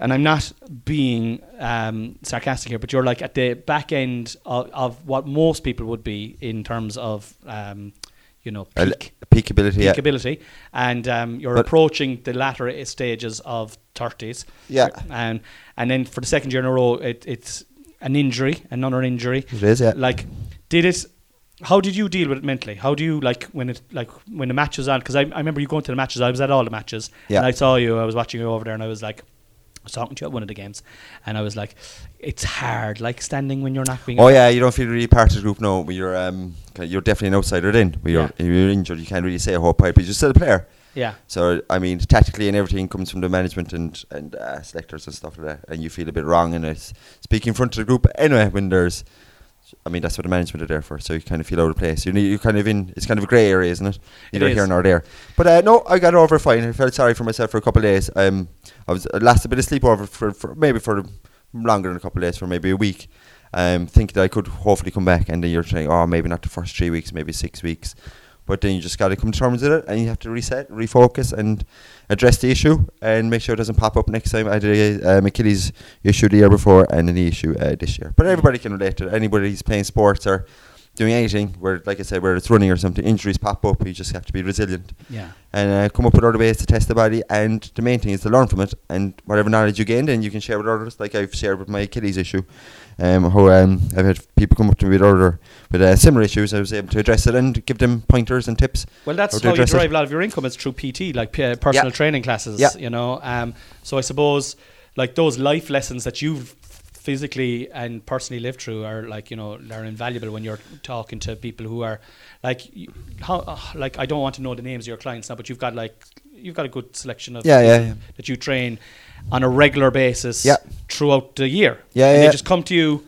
[SPEAKER 1] And I'm not being um, sarcastic here, but you're like at the back end of, of what most people would be in terms of, um, you know,
[SPEAKER 2] A l-
[SPEAKER 1] peak
[SPEAKER 2] peak ability. yeah.
[SPEAKER 1] peak ability, and um, you're
[SPEAKER 2] But-
[SPEAKER 1] approaching the latter i- stages of thirties.
[SPEAKER 2] Yeah.
[SPEAKER 1] and and then for the second year in a row, it, it's an injury, another injury.
[SPEAKER 2] It is, yeah.
[SPEAKER 1] Like, did it? How did you deal with it mentally? How do you like when it like when the match was on? Because I, I remember you going to the matches. I was at all the matches,
[SPEAKER 2] Yeah.
[SPEAKER 1] and I saw you. I was watching you over there, and I was like. I was talking to you at one of the games, and I was like, "It's hard, like standing when you're not being."
[SPEAKER 2] Oh yeah, you don't feel really part of the group. No, but you're um, kind of- you're definitely an outsider. Then, when you're
[SPEAKER 1] Yeah.
[SPEAKER 2] if you're injured, you can't really say a whole pipe. But you're still a player.
[SPEAKER 1] yeah,
[SPEAKER 2] So I mean, tactically and everything comes from the management and and uh, selectors and stuff like that. And you feel a bit wrong and it's speaking in front of the group anyway. When there's, I mean, that's what the management are there for. So you kind of feel out of place. You need you kind of in. It's kind of a grey area, isn't it?
[SPEAKER 1] It
[SPEAKER 2] Neither here
[SPEAKER 1] is.
[SPEAKER 2] nor there. But uh, no, I got over it fine. I felt sorry for myself for a couple of days. Um, I was I lost a bit of sleep over for, for maybe for longer than a couple of days, for maybe a week. Um, thinking that I could hopefully come back, and then you're saying, oh, maybe not the first three weeks, maybe six weeks. But then you just got to come to terms with it, and you have to reset, refocus, and address the issue, and make sure it doesn't pop up next time. I had a um, Achilles issue the year before, and a knee issue uh, this year. But everybody can relate to it. Anybody who's playing sports or doing anything, where like I said, where it's running or something, injuries pop up. You just have to be resilient
[SPEAKER 1] yeah.
[SPEAKER 2] and uh, come up with other ways to test the body. And the main thing is to learn from it, and whatever knowledge you gain, then you can share with others. Like I've shared with my Achilles issue, um, how um, I've had people come up to me with other with uh, similar issues. I was able to address it and give them pointers and tips.
[SPEAKER 1] Well, that's
[SPEAKER 2] Or to
[SPEAKER 1] how you
[SPEAKER 2] address it.
[SPEAKER 1] derive a lot of your income. It's through PT, like p- uh, personal
[SPEAKER 2] Yeah.
[SPEAKER 1] training classes.
[SPEAKER 2] Yeah.
[SPEAKER 1] You know, um, so I suppose like those life lessons that you've physically and personally lived through are like you know they're invaluable when you're talking to people who are like y- how uh, like I don't want to know the names of your clients now, but you've got like you've got a good selection of
[SPEAKER 2] Yeah, yeah,
[SPEAKER 1] people
[SPEAKER 2] yeah.
[SPEAKER 1] that you train on a regular basis
[SPEAKER 2] Yeah.
[SPEAKER 1] throughout the year.
[SPEAKER 2] Yeah,
[SPEAKER 1] and They
[SPEAKER 2] yeah.
[SPEAKER 1] just come to you.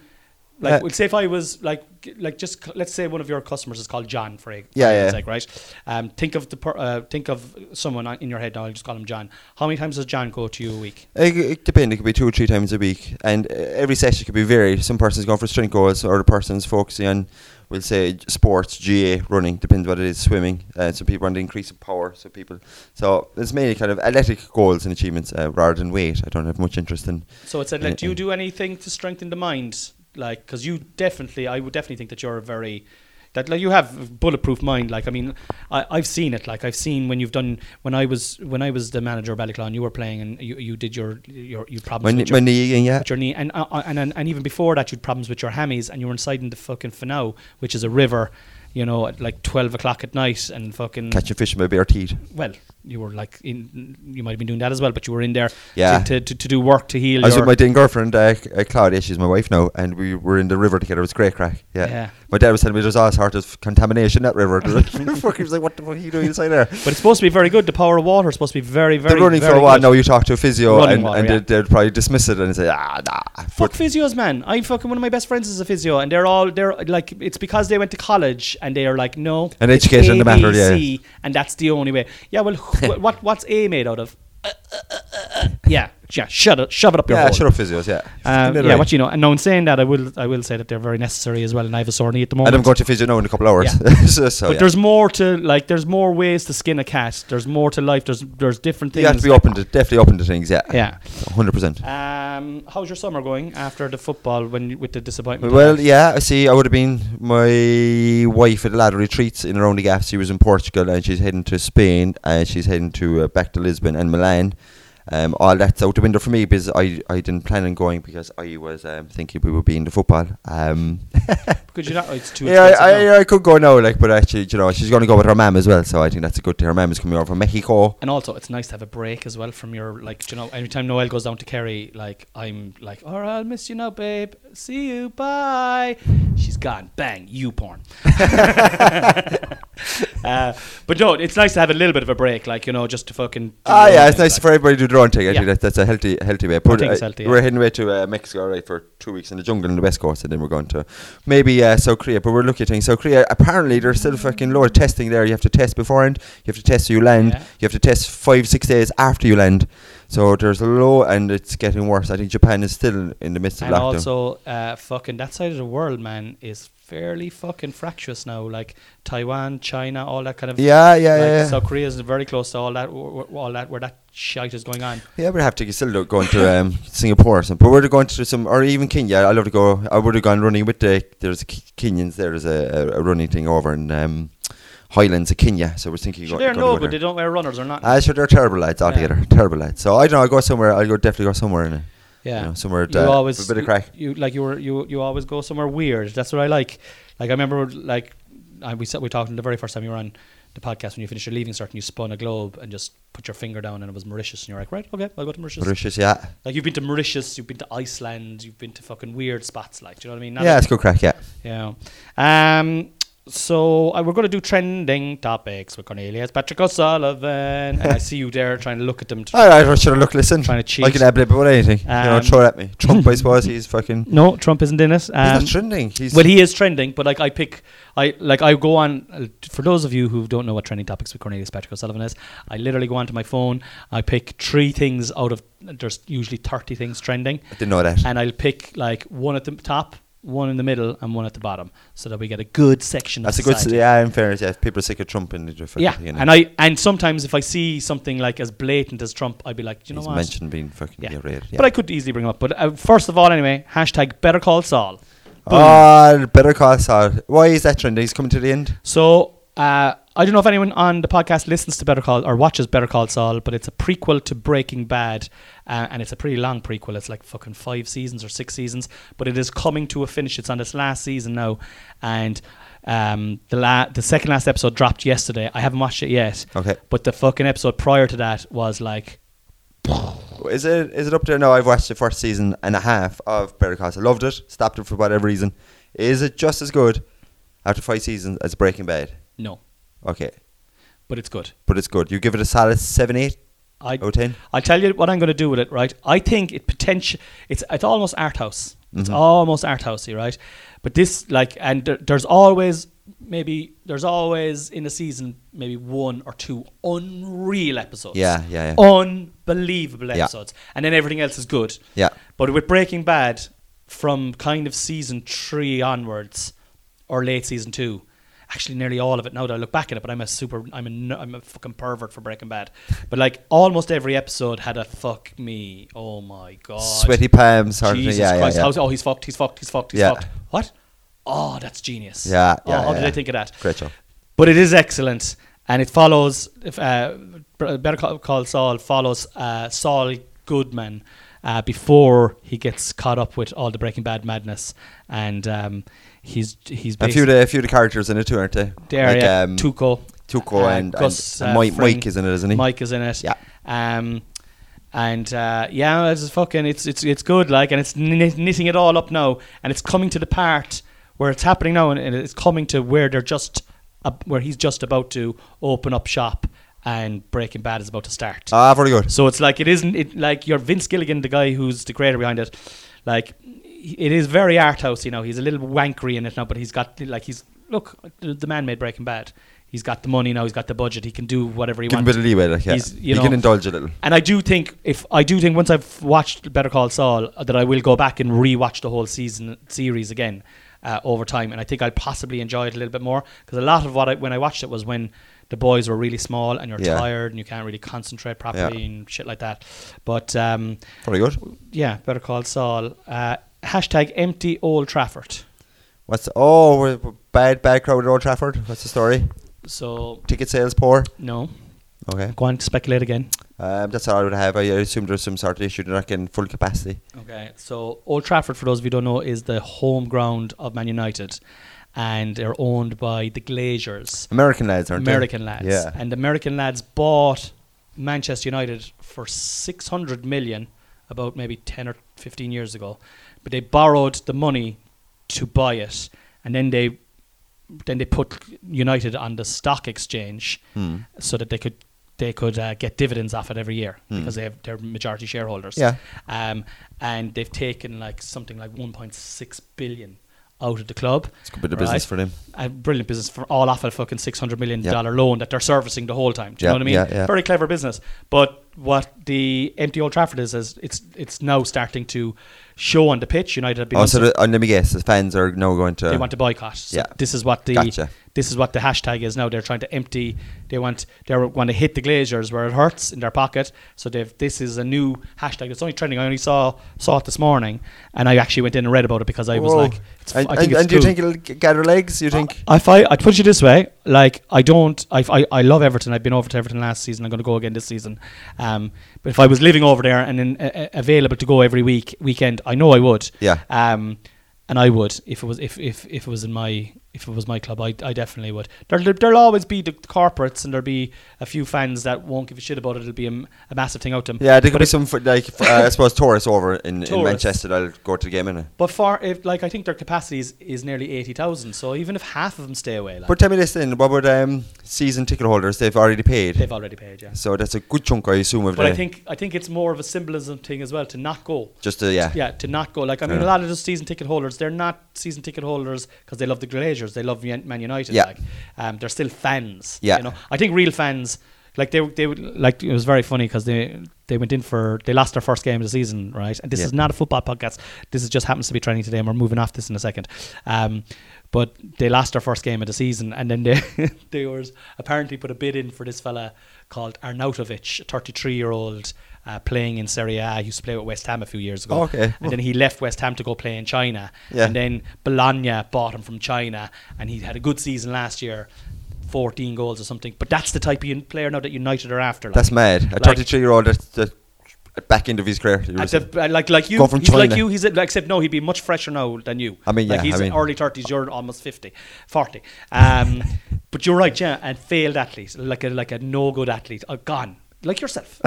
[SPEAKER 1] Like,
[SPEAKER 2] Yeah.
[SPEAKER 1] we'll say if I was like, g- like just c- let's say one of your customers is called John, for a-
[SPEAKER 2] Yeah,
[SPEAKER 1] for
[SPEAKER 2] yeah.
[SPEAKER 1] instance, like, right? Um, think of the per- uh, think of someone on- in your head now. I'll just call him John. How many times does John go to you a week?
[SPEAKER 2] It, it depends. It could be two or three times a week, and uh, every session could be varied. Some person's going for strength goals, or the person's focusing on, we'll say, sports, GA, running. Depends what it is, swimming. Uh, some people want the increase of power. So people, so it's mainly kind of athletic goals and achievements uh, rather than weight. I don't have much interest in.
[SPEAKER 1] So it said, like, do you do anything to strengthen the mind? Like, because you definitely, I would definitely think that you're a very that like you have a bulletproof mind. Like, I mean, I, I've seen it. Like, I've seen when you've done when I was when I was the manager of Ballyclan, you were playing and you, you did your your you problems
[SPEAKER 2] When
[SPEAKER 1] with your,
[SPEAKER 2] when the yeah,
[SPEAKER 1] with your knee, and, uh, uh, and and and even before that, you'd problems with your hammies, and you were inside in the fucking Finau, which is a river, you know, at like twelve o'clock at night, and fucking
[SPEAKER 2] catching fish with my bare teeth.
[SPEAKER 1] well, you were like in, you might have been doing that as well, but you were in there
[SPEAKER 2] Yeah.
[SPEAKER 1] to, to, to do work to heal.
[SPEAKER 2] I was
[SPEAKER 1] your,
[SPEAKER 2] with my then girlfriend, uh, C- uh, Claudia. She's my wife now, and we were in the river together. It was great crack. Yeah.
[SPEAKER 1] Yeah.
[SPEAKER 2] My dad was telling me there's all sorts of contamination in that river. Fuck, he was like, "What the fuck are you doing inside there?"
[SPEAKER 1] but it's supposed to be very good. The power of water is supposed to be very, very.
[SPEAKER 2] They're running
[SPEAKER 1] very
[SPEAKER 2] for a while
[SPEAKER 1] good.
[SPEAKER 2] now. You talk to a physio,
[SPEAKER 1] Running
[SPEAKER 2] and,
[SPEAKER 1] water,
[SPEAKER 2] and
[SPEAKER 1] yeah.
[SPEAKER 2] they'd, they'd probably dismiss it and say, "Ah, nah."
[SPEAKER 1] Fuck
[SPEAKER 2] But
[SPEAKER 1] physios, man. I fucking one of my best friends is a physio, and they're all they're like it's because they went to college and they are like no
[SPEAKER 2] And
[SPEAKER 1] it's
[SPEAKER 2] educated in the matter, yeah.
[SPEAKER 1] ABC, and that's the only way. Yeah, well, wh- what what's A made out of? yeah, yeah. Shut it, shove it up your
[SPEAKER 2] yeah,
[SPEAKER 1] hole.
[SPEAKER 2] shut up, physios. Yeah,
[SPEAKER 1] Uh,
[SPEAKER 2] Fucking little
[SPEAKER 1] yeah,
[SPEAKER 2] right.
[SPEAKER 1] what you know. And now in saying that, I will I will say that they're very necessary as well, and I have a sore knee at the moment.
[SPEAKER 2] And I'm going to physio now in a couple of hours. so, so,
[SPEAKER 1] but
[SPEAKER 2] oh, yeah.
[SPEAKER 1] there's more to like. There's more ways to skin a cat. There's more to life. There's there's different things.
[SPEAKER 2] you have to be open to definitely open to things. Yeah,
[SPEAKER 1] Yeah.
[SPEAKER 2] 100. percent
[SPEAKER 1] Um, how's your summer going after the football when you- with the disappointment?
[SPEAKER 2] Well, yeah, I see. I would have been my wife at a lot of retreats in around the gaff. She was in Portugal and she's heading to Spain and she's heading to uh, back to Lisbon and Milan. Um, all that's out the window for me because I, I didn't plan on going because I was um, thinking we would be in the football. Um,
[SPEAKER 1] Could you not? oh, It's too
[SPEAKER 2] yeah,
[SPEAKER 1] expensive.
[SPEAKER 2] I, uh,
[SPEAKER 1] now.
[SPEAKER 2] I, I could go now, like, but actually, you know, she's going to go with her mum as well, so I think that's a good thing. Her mum is coming over from Mexico.
[SPEAKER 1] and also, it's nice to have a break as well from your like. do You know, every time Noel goes down to Kerry, like I'm like, "All right, I'll miss you now, babe. See you, bye." She's gone. Bang. You porn. Uh, but no, it's nice to have a little bit of a break, like you know, just to fucking. do
[SPEAKER 2] Ah,
[SPEAKER 1] your
[SPEAKER 2] yeah,
[SPEAKER 1] own
[SPEAKER 2] it's
[SPEAKER 1] thing,
[SPEAKER 2] nice
[SPEAKER 1] like.
[SPEAKER 2] for everybody to do their own thing. I
[SPEAKER 1] Yeah.
[SPEAKER 2] think that, that's a healthy, healthy way. But,
[SPEAKER 1] think it's
[SPEAKER 2] uh,
[SPEAKER 1] healthy, yeah.
[SPEAKER 2] We're heading away to uh, Mexico, all right, for two weeks in the jungle in the West Coast, and then we're going to maybe uh, South Korea. But we're looking at things. South Korea, apparently, there's still fucking lower testing there. You have to test beforehand. You have to test so you land.
[SPEAKER 1] Yeah.
[SPEAKER 2] You have to test five, six days after you land. So there's a low, and it's getting worse. I think Japan is still in the midst of
[SPEAKER 1] And
[SPEAKER 2] lockdown.
[SPEAKER 1] also, uh, fucking that side of the world, man, is fairly fucking fractious now. Like Taiwan, China, all that kind of.
[SPEAKER 2] yeah, yeah,
[SPEAKER 1] like,
[SPEAKER 2] yeah. yeah.
[SPEAKER 1] South Korea is very close to all that, wh- wh- all that where that shite is going on.
[SPEAKER 2] Yeah, we'd have to still look, going to um, Singapore or something. But we're going to some, or even Kenya. I love to go. I would have gone running with the. There's a Ke- Kenyans. There's a, a, a running thing over in um, Highlands of Kenya. So we're thinking.
[SPEAKER 1] Sure,
[SPEAKER 2] go-
[SPEAKER 1] they're
[SPEAKER 2] gonna go
[SPEAKER 1] no good. They
[SPEAKER 2] there.
[SPEAKER 1] don't wear runners or not.
[SPEAKER 2] Ah, sure, they're terrible lads altogether. Terrible lads. So I don't know. I go somewhere. I'll go definitely go somewhere in it.
[SPEAKER 1] yeah,
[SPEAKER 2] You know, somewhere
[SPEAKER 1] you
[SPEAKER 2] that-
[SPEAKER 1] always
[SPEAKER 2] a bit of
[SPEAKER 1] you-
[SPEAKER 2] crack.
[SPEAKER 1] You, like you were you you always go somewhere weird. That's what I like. Like I remember like I, we said we talked the very first time you were on the podcast when you finished your leaving cert and you spun a globe and just put your finger down and it was Mauritius and you're like right okay I'll go to Mauritius.
[SPEAKER 2] Mauritius, yeah,
[SPEAKER 1] Like you've been to Mauritius, you've been to Iceland, you've been to fucking weird spots. Like do you know what I mean? Not
[SPEAKER 2] yeah,
[SPEAKER 1] like-
[SPEAKER 2] it's good crack. Yeah,
[SPEAKER 1] yeah. Um, so uh, we're going to do trending topics with Cornelius Patrick O'Sullivan, and I see you there trying to look at them. To
[SPEAKER 2] all right. I should have looked. Listen,
[SPEAKER 1] Trying to cheat.
[SPEAKER 2] I can have it about anything. you know,
[SPEAKER 1] Um,
[SPEAKER 2] throw it at me. Trump, I suppose he's fucking.
[SPEAKER 1] no, Trump isn't in it.
[SPEAKER 2] he's
[SPEAKER 1] Um,
[SPEAKER 2] not trending. He's
[SPEAKER 1] well, he is trending, but like I pick, I like I go on. Uh, for those of you who don't know what trending topics with Cornelius Patrick O'Sullivan is, I literally go onto my phone. I pick three things out of there's usually thirty things trending,
[SPEAKER 2] I didn't know that.
[SPEAKER 1] and I'll pick like one at the top, one in the middle, and one at the bottom, so that we get a good section.
[SPEAKER 2] That's a
[SPEAKER 1] of
[SPEAKER 2] good.
[SPEAKER 1] society.
[SPEAKER 2] Yeah, in fairness, yeah, people are sick of Trump in the fucking
[SPEAKER 1] Yeah,
[SPEAKER 2] thing, innit?
[SPEAKER 1] and I and sometimes if I see something like as blatant as Trump, I'd be like, "Do you know
[SPEAKER 2] He's
[SPEAKER 1] what?
[SPEAKER 2] mentioned being fucking
[SPEAKER 1] Yeah.
[SPEAKER 2] irate,
[SPEAKER 1] But I could easily bring him up. But uh, first of all, anyway, hashtag Better Call Saul. Boom.
[SPEAKER 2] Oh, Better Call Saul. Why is that trending? He's coming to the end.
[SPEAKER 1] So uh, I don't know if anyone on the podcast listens to Better Call or watches Better Call Saul, but it's a prequel to Breaking Bad, uh, and it's a pretty long prequel. It's like fucking five seasons or six seasons, but it is coming to a finish. It's on its last season now, and um, the la- the second last episode dropped yesterday. I haven't watched it yet,
[SPEAKER 2] Okay.
[SPEAKER 1] but the fucking episode prior to that was like
[SPEAKER 2] Is it is it up there? No, I've watched the first season and a half of Better Call Saul. Loved it. Stopped it for whatever reason. Is it just as good after five seasons as Breaking Bad?
[SPEAKER 1] no,
[SPEAKER 2] Okay.
[SPEAKER 1] but it's good.
[SPEAKER 2] But it's good. You give it a solid 7, 8
[SPEAKER 1] I
[SPEAKER 2] out of 10?
[SPEAKER 1] I'll tell you what I'm going to do with it, right? I think it potential. It's it's almost art house. It's
[SPEAKER 2] Mhm.
[SPEAKER 1] almost art housey, right? But this like, and there, there's always maybe there's always in a season maybe one or two unreal episodes.
[SPEAKER 2] Yeah, yeah, yeah.
[SPEAKER 1] Unbelievable
[SPEAKER 2] Yeah.
[SPEAKER 1] episodes, and then everything else is good.
[SPEAKER 2] Yeah.
[SPEAKER 1] But with Breaking Bad, from kind of season three onwards, or late season two, actually nearly all of it. Now that I look back at it, but I'm a super, I'm a, n- I'm a fucking pervert for Breaking Bad. But like almost every episode had a fuck me. Oh my god.
[SPEAKER 2] Sweaty palms. hard-
[SPEAKER 1] Jesus
[SPEAKER 2] yeah,
[SPEAKER 1] Christ!
[SPEAKER 2] yeah, yeah.
[SPEAKER 1] how's- oh, he's fucked. He's fucked. He's fucked. He's
[SPEAKER 2] Yeah.
[SPEAKER 1] fucked. What? Oh, that's genius.
[SPEAKER 2] Yeah,
[SPEAKER 1] Oh,
[SPEAKER 2] yeah,
[SPEAKER 1] how did
[SPEAKER 2] yeah.
[SPEAKER 1] I think of that?
[SPEAKER 2] Great job.
[SPEAKER 1] but it is excellent, and it follows. If, uh, Br- Better Call- Call Saul follows uh, Saul Goodman uh, before he gets caught up with all the Breaking Bad madness, and um, he's he's
[SPEAKER 2] A few,
[SPEAKER 1] basically
[SPEAKER 2] of the, a few of the characters in it too, aren't they?
[SPEAKER 1] there.
[SPEAKER 2] Like,
[SPEAKER 1] yeah,
[SPEAKER 2] um,
[SPEAKER 1] Tuco,
[SPEAKER 2] Tuco
[SPEAKER 1] uh,
[SPEAKER 2] and,
[SPEAKER 1] Gus,
[SPEAKER 2] and
[SPEAKER 1] uh,
[SPEAKER 2] Mike,
[SPEAKER 1] Fring.
[SPEAKER 2] Mike is in it, isn't he?
[SPEAKER 1] Mike is in it.
[SPEAKER 2] Yeah.
[SPEAKER 1] Um, and uh, yeah, it's fucking it's it's it's good. Like, and it's knit- knitting it all up now, and it's coming to the part where it's happening now, and, and it's coming to where they're just uh, where he's just about to open up shop, and Breaking Bad is about to start.
[SPEAKER 2] Ah, very good.
[SPEAKER 1] So it's like it isn't it like you're Vince Gilligan, the guy who's the creator behind it. Like he- it is very art house, you know. He's a little wankery in it now, but he's got like he's look the the man made Breaking Bad. He's got the money now. He's got the budget. He can do whatever he
[SPEAKER 2] Give him a
[SPEAKER 1] wants.
[SPEAKER 2] bit of leeway. Like, yeah.
[SPEAKER 1] He's- you
[SPEAKER 2] you
[SPEAKER 1] know-
[SPEAKER 2] can indulge a little.
[SPEAKER 1] And I do think if I do think once I've watched Better Call Saul uh, that I will go back and rewatch the whole season series again uh, over time, and I think I'll possibly enjoy it a little bit more because a lot of what I, when I watched it was when the boys were really small and you're
[SPEAKER 2] Yeah.
[SPEAKER 1] tired and you can't really concentrate properly
[SPEAKER 2] Yeah.
[SPEAKER 1] and shit like that. But um,
[SPEAKER 2] Very good.
[SPEAKER 1] yeah, Better Call Saul. Uh, hashtag empty Old Trafford.
[SPEAKER 2] What's oh we're- we're bad bad crowd at Old Trafford? What's the story?
[SPEAKER 1] So
[SPEAKER 2] Ticket sales poor.
[SPEAKER 1] no,
[SPEAKER 2] Okay,
[SPEAKER 1] go on to speculate again.
[SPEAKER 2] um, that's all I would have. I assume there's some sort of issue. They're not getting full capacity.
[SPEAKER 1] Okay, so Old Trafford, for those of you who don't know, is the home ground of Man United, and they're owned by the Glaziers,
[SPEAKER 2] American lads aren't they?
[SPEAKER 1] American lads.
[SPEAKER 2] Yeah,
[SPEAKER 1] And the American lads bought Manchester United for 600 million about maybe 10 or 15 years ago, but they borrowed the money to buy it, and then they then they put United on the stock exchange
[SPEAKER 2] Hmm.
[SPEAKER 1] so that they could they could uh, get dividends off it every year
[SPEAKER 2] Hmm.
[SPEAKER 1] because they have, they're majority shareholders.
[SPEAKER 2] Yeah.
[SPEAKER 1] Um, and they've taken like something like 1.6 billion out of the club.
[SPEAKER 2] It's a good bit of business
[SPEAKER 1] right?
[SPEAKER 2] for them.
[SPEAKER 1] a brilliant business for all off a fucking six hundred million
[SPEAKER 2] Yeah.
[SPEAKER 1] dollar loan that they're servicing the whole time. Do you
[SPEAKER 2] Yeah,
[SPEAKER 1] know what I mean?
[SPEAKER 2] yeah, yeah.
[SPEAKER 1] Very clever business. But what the empty Old Trafford is is it's it's now starting to show on the pitch. United have been
[SPEAKER 2] Oh, so the, and let me guess, the fans are now going to.
[SPEAKER 1] they want to boycott. So
[SPEAKER 2] Yeah.
[SPEAKER 1] This is what the
[SPEAKER 2] Gotcha.
[SPEAKER 1] this is what the hashtag is now. They're trying to empty. They want they want to hit the Glazers where it hurts in their pocket. So they've this is a new hashtag. It's only trending. I only saw saw it this morning, and I actually went in and read about it because I was
[SPEAKER 2] Whoa.
[SPEAKER 1] like, it's,
[SPEAKER 2] and
[SPEAKER 1] I think
[SPEAKER 2] and-
[SPEAKER 1] it's
[SPEAKER 2] and do
[SPEAKER 1] cool.
[SPEAKER 2] you
[SPEAKER 1] Uh,
[SPEAKER 2] think it'll g- gather legs? You think?
[SPEAKER 1] I, if I I'd put you this way, like I don't, I, I, I love Everton. I've been over to Everton last season. I'm going to go again this season. Um, but if I was living over there and in, uh, available to go every week weekend, I know I would.
[SPEAKER 2] Yeah.
[SPEAKER 1] Um, and I would if it was if, if, if it was in my if it was my club, I, I definitely would. There'll there'll always be the corporates and there'll be a few fans that won't give a shit about it. It'll be a, m- a massive thing out to them.
[SPEAKER 2] Yeah, there could
[SPEAKER 1] But
[SPEAKER 2] be
[SPEAKER 1] if-
[SPEAKER 2] some for, like f- uh, I suppose tourists over in, in
[SPEAKER 1] Tourists.
[SPEAKER 2] Manchester. I'll go to the game in it.
[SPEAKER 1] But for if like I think their capacity is, is nearly eighty thousand. So even if half of them stay away, like,
[SPEAKER 2] But tell me this then: what about um, season ticket holders? They've already paid,
[SPEAKER 1] they've already paid. Yeah.
[SPEAKER 2] so that's a good chunk, I assume. Of
[SPEAKER 1] But
[SPEAKER 2] the,
[SPEAKER 1] I think I think it's more of a symbolism thing as well to not go.
[SPEAKER 2] just a, yeah,
[SPEAKER 1] Yeah, to not go. Like I mean,
[SPEAKER 2] Yeah.
[SPEAKER 1] a lot of those season ticket holders, they're not season ticket holders because they love the Glazers, they love Man Man United.
[SPEAKER 2] Yeah.
[SPEAKER 1] Like, um, they're still fans.
[SPEAKER 2] Yeah.
[SPEAKER 1] you know, I think real fans. Like they, they would like it was very funny because they they went in for they lost their first game of the season right and this
[SPEAKER 2] Yeah.
[SPEAKER 1] is not a football podcast this is just happens to be training today and we're moving off this in a second, um, but they lost their first game of the season and then they they were apparently put a bid in for this fella called Arnautovic, a 33 year old uh, playing in Serie A who used to play with West Ham a few years ago
[SPEAKER 2] Oh, okay.
[SPEAKER 1] and then he left West Ham to go play in China.
[SPEAKER 2] Yeah.
[SPEAKER 1] And then Bologna bought him from China, and he had a good season last year, 14 goals or something. But that's the type of player now that United are after. Like.
[SPEAKER 2] that's mad. A
[SPEAKER 1] Like-
[SPEAKER 2] thirty-three-year-old that's the back end of his career. you would
[SPEAKER 1] At
[SPEAKER 2] say.
[SPEAKER 1] the- uh, like like you,
[SPEAKER 2] Go from
[SPEAKER 1] he's like
[SPEAKER 2] China.
[SPEAKER 1] you. He's like, except no, he'd be much fresher now than you.
[SPEAKER 2] I mean,
[SPEAKER 1] like
[SPEAKER 2] yeah,
[SPEAKER 1] he's
[SPEAKER 2] I mean-
[SPEAKER 1] early thirties. You're almost 50, 40. Um, but you're right, yeah, and failed athlete, like a like a no good athlete, uh, gone, like yourself.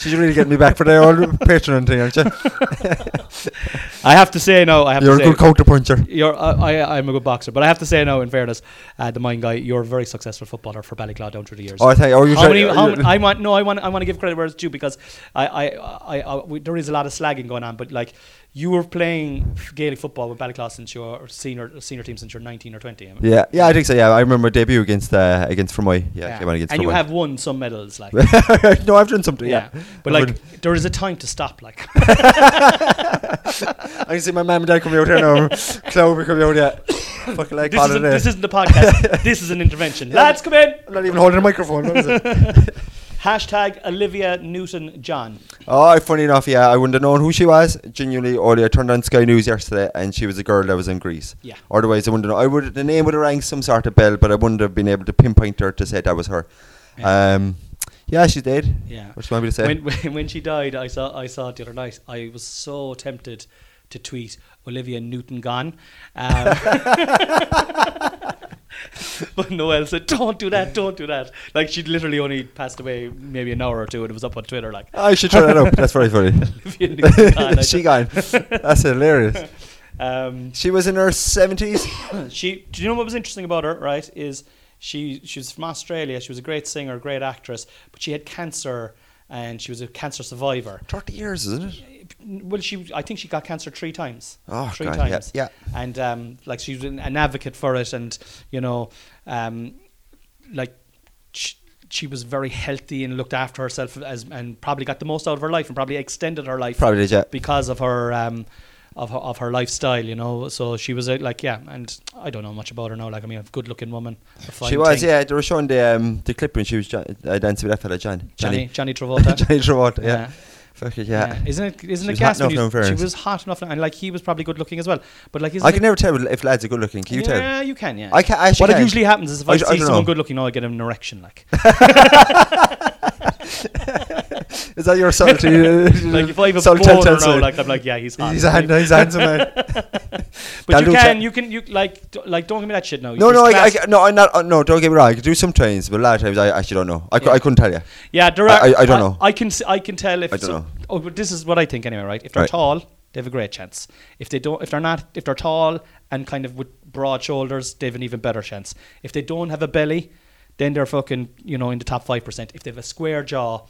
[SPEAKER 2] She's really getting me back for their old Patreon thing, aren't you?
[SPEAKER 1] I have to say, no, I have
[SPEAKER 2] You're a
[SPEAKER 1] to say,
[SPEAKER 2] good counterpuncher.
[SPEAKER 1] You're, I, I, I'm a good boxer, but I have to say now, in fairness, uh, the mind guy, you're a very successful footballer for Ballyclaw down through the years.
[SPEAKER 2] Oh, I thank you. Oh, you're
[SPEAKER 1] how
[SPEAKER 2] trying-
[SPEAKER 1] many, how
[SPEAKER 2] you're-
[SPEAKER 1] many- I want no, I want, I want to give credit where it's due because I, I, I, I we, there is a lot of slagging going on, but like you were playing Gaelic football with Ballyclaw since your senior senior team since you're 19 or 20. am I-
[SPEAKER 2] Yeah, yeah, I think so. Yeah, I remember debut against uh, against Fermoy. Yeah, came on against
[SPEAKER 1] and you
[SPEAKER 2] Fermoy.
[SPEAKER 1] have won some medals, like
[SPEAKER 2] no, I've done something. Yeah,
[SPEAKER 1] yeah, but
[SPEAKER 2] I've
[SPEAKER 1] like there is a time to stop, like
[SPEAKER 2] I can see my mum and dad coming out here now. Chloe coming out here. Fucking like
[SPEAKER 1] this,
[SPEAKER 2] calling
[SPEAKER 1] isn't,
[SPEAKER 2] it in.
[SPEAKER 1] this isn't the podcast, this is an intervention. Lads, come in.
[SPEAKER 2] I'm not even holding a microphone. What is it?
[SPEAKER 1] Hashtag Olivia Newton John.
[SPEAKER 2] oh, funny enough, yeah, I wouldn't have known who she was. Genuinely, only I turned on Sky News yesterday, and she was a girl that was in Greece.
[SPEAKER 1] Yeah.
[SPEAKER 2] Otherwise, I wouldn't know. I would the name would have rang some sort of bell, but I wouldn't have been able to pinpoint her to say that was her.
[SPEAKER 1] Yeah.
[SPEAKER 2] Um, yeah, she's dead.
[SPEAKER 1] Yeah.
[SPEAKER 2] What do you want me to say?
[SPEAKER 1] When, when when she died, I saw I saw it the other night. I was so tempted to tweet Olivia Newton gone, um, but Noel said, "Don't do that! Don't do that!" Like she literally only passed away maybe an hour or two, and it was up on Twitter like
[SPEAKER 2] I should turn that up. That's very funny.
[SPEAKER 1] Olivia Newton gone. I
[SPEAKER 2] she
[SPEAKER 1] thought-
[SPEAKER 2] gone. That's hilarious.
[SPEAKER 1] Um,
[SPEAKER 2] She was in her seventies.
[SPEAKER 1] she do you know what was interesting about her right is she she was from australia she was a great singer great actress but she had cancer and she was a cancer survivor
[SPEAKER 2] Thirty years, isn't it?
[SPEAKER 1] well she i think she got cancer three times
[SPEAKER 2] Oh,
[SPEAKER 1] three
[SPEAKER 2] God, yeah,
[SPEAKER 1] times
[SPEAKER 2] yeah.
[SPEAKER 1] and um like she's an, an advocate for it and you know um like she, she was very healthy and looked after herself as and probably got the most out of her life and probably extended her life
[SPEAKER 2] Probably did, yeah.
[SPEAKER 1] because of her um of her, of her lifestyle, you know, so she was uh, like, yeah, and I don't know much about her now. Like, I mean, a good-looking woman. a fine
[SPEAKER 2] She was,
[SPEAKER 1] thing.
[SPEAKER 2] yeah. They were showing the um, the clip when she was jo- uh, dancing with that fella, John.
[SPEAKER 1] Johnny Johnny
[SPEAKER 2] Johnny,
[SPEAKER 1] Travolta.
[SPEAKER 2] Johnny Travolta, yeah.
[SPEAKER 1] Yeah.
[SPEAKER 2] Fuck it, yeah.
[SPEAKER 1] isn't it? Isn't it
[SPEAKER 2] She was hot
[SPEAKER 1] gas? when
[SPEAKER 2] enough now, in
[SPEAKER 1] you- She
[SPEAKER 2] fairness.
[SPEAKER 1] was hot enough, and like he was probably good-looking as well. But like, isn't
[SPEAKER 2] I
[SPEAKER 1] it
[SPEAKER 2] can never tell if lads are good looking. Can you
[SPEAKER 1] yeah,
[SPEAKER 2] tell?
[SPEAKER 1] you can. Yeah,
[SPEAKER 2] I can. I actually
[SPEAKER 1] what it
[SPEAKER 2] can.
[SPEAKER 1] usually happens is if I,
[SPEAKER 2] I d- I
[SPEAKER 1] see
[SPEAKER 2] dunno.
[SPEAKER 1] someone good looking, now I get an erection. Like,
[SPEAKER 2] Is that your subtlety?
[SPEAKER 1] like if I have a
[SPEAKER 2] Subtle
[SPEAKER 1] boner
[SPEAKER 2] telltale
[SPEAKER 1] now,
[SPEAKER 2] sign.
[SPEAKER 1] like I'm like, yeah, he's hot.
[SPEAKER 2] he's a hand,
[SPEAKER 1] Like,
[SPEAKER 2] he's a handsome man.
[SPEAKER 1] but you
[SPEAKER 2] Dalutha.
[SPEAKER 1] can, you can, you like, d- like, don't give me that shit now.
[SPEAKER 2] No,
[SPEAKER 1] It's
[SPEAKER 2] no, I, I,
[SPEAKER 1] class-
[SPEAKER 2] no, I'm not, uh, no. Don't get me wrong. I could do sometimes, but a lot of times I actually don't know. I, cou-
[SPEAKER 1] Yeah.
[SPEAKER 2] I couldn't tell you.
[SPEAKER 1] yeah, there
[SPEAKER 2] I-
[SPEAKER 1] are.
[SPEAKER 2] I- I dunno.
[SPEAKER 1] I, can, s- I can tell if.
[SPEAKER 2] I dunno.
[SPEAKER 1] Oh, but this is what I think anyway, right? If they're
[SPEAKER 2] Right.
[SPEAKER 1] tall, they have a great chance. If they don't, if they're not, if they're tall and kind of with broad shoulders, they've an even better chance. If they don't have a belly, then they're fucking, you know, in the top 5%. If they have a square jaw,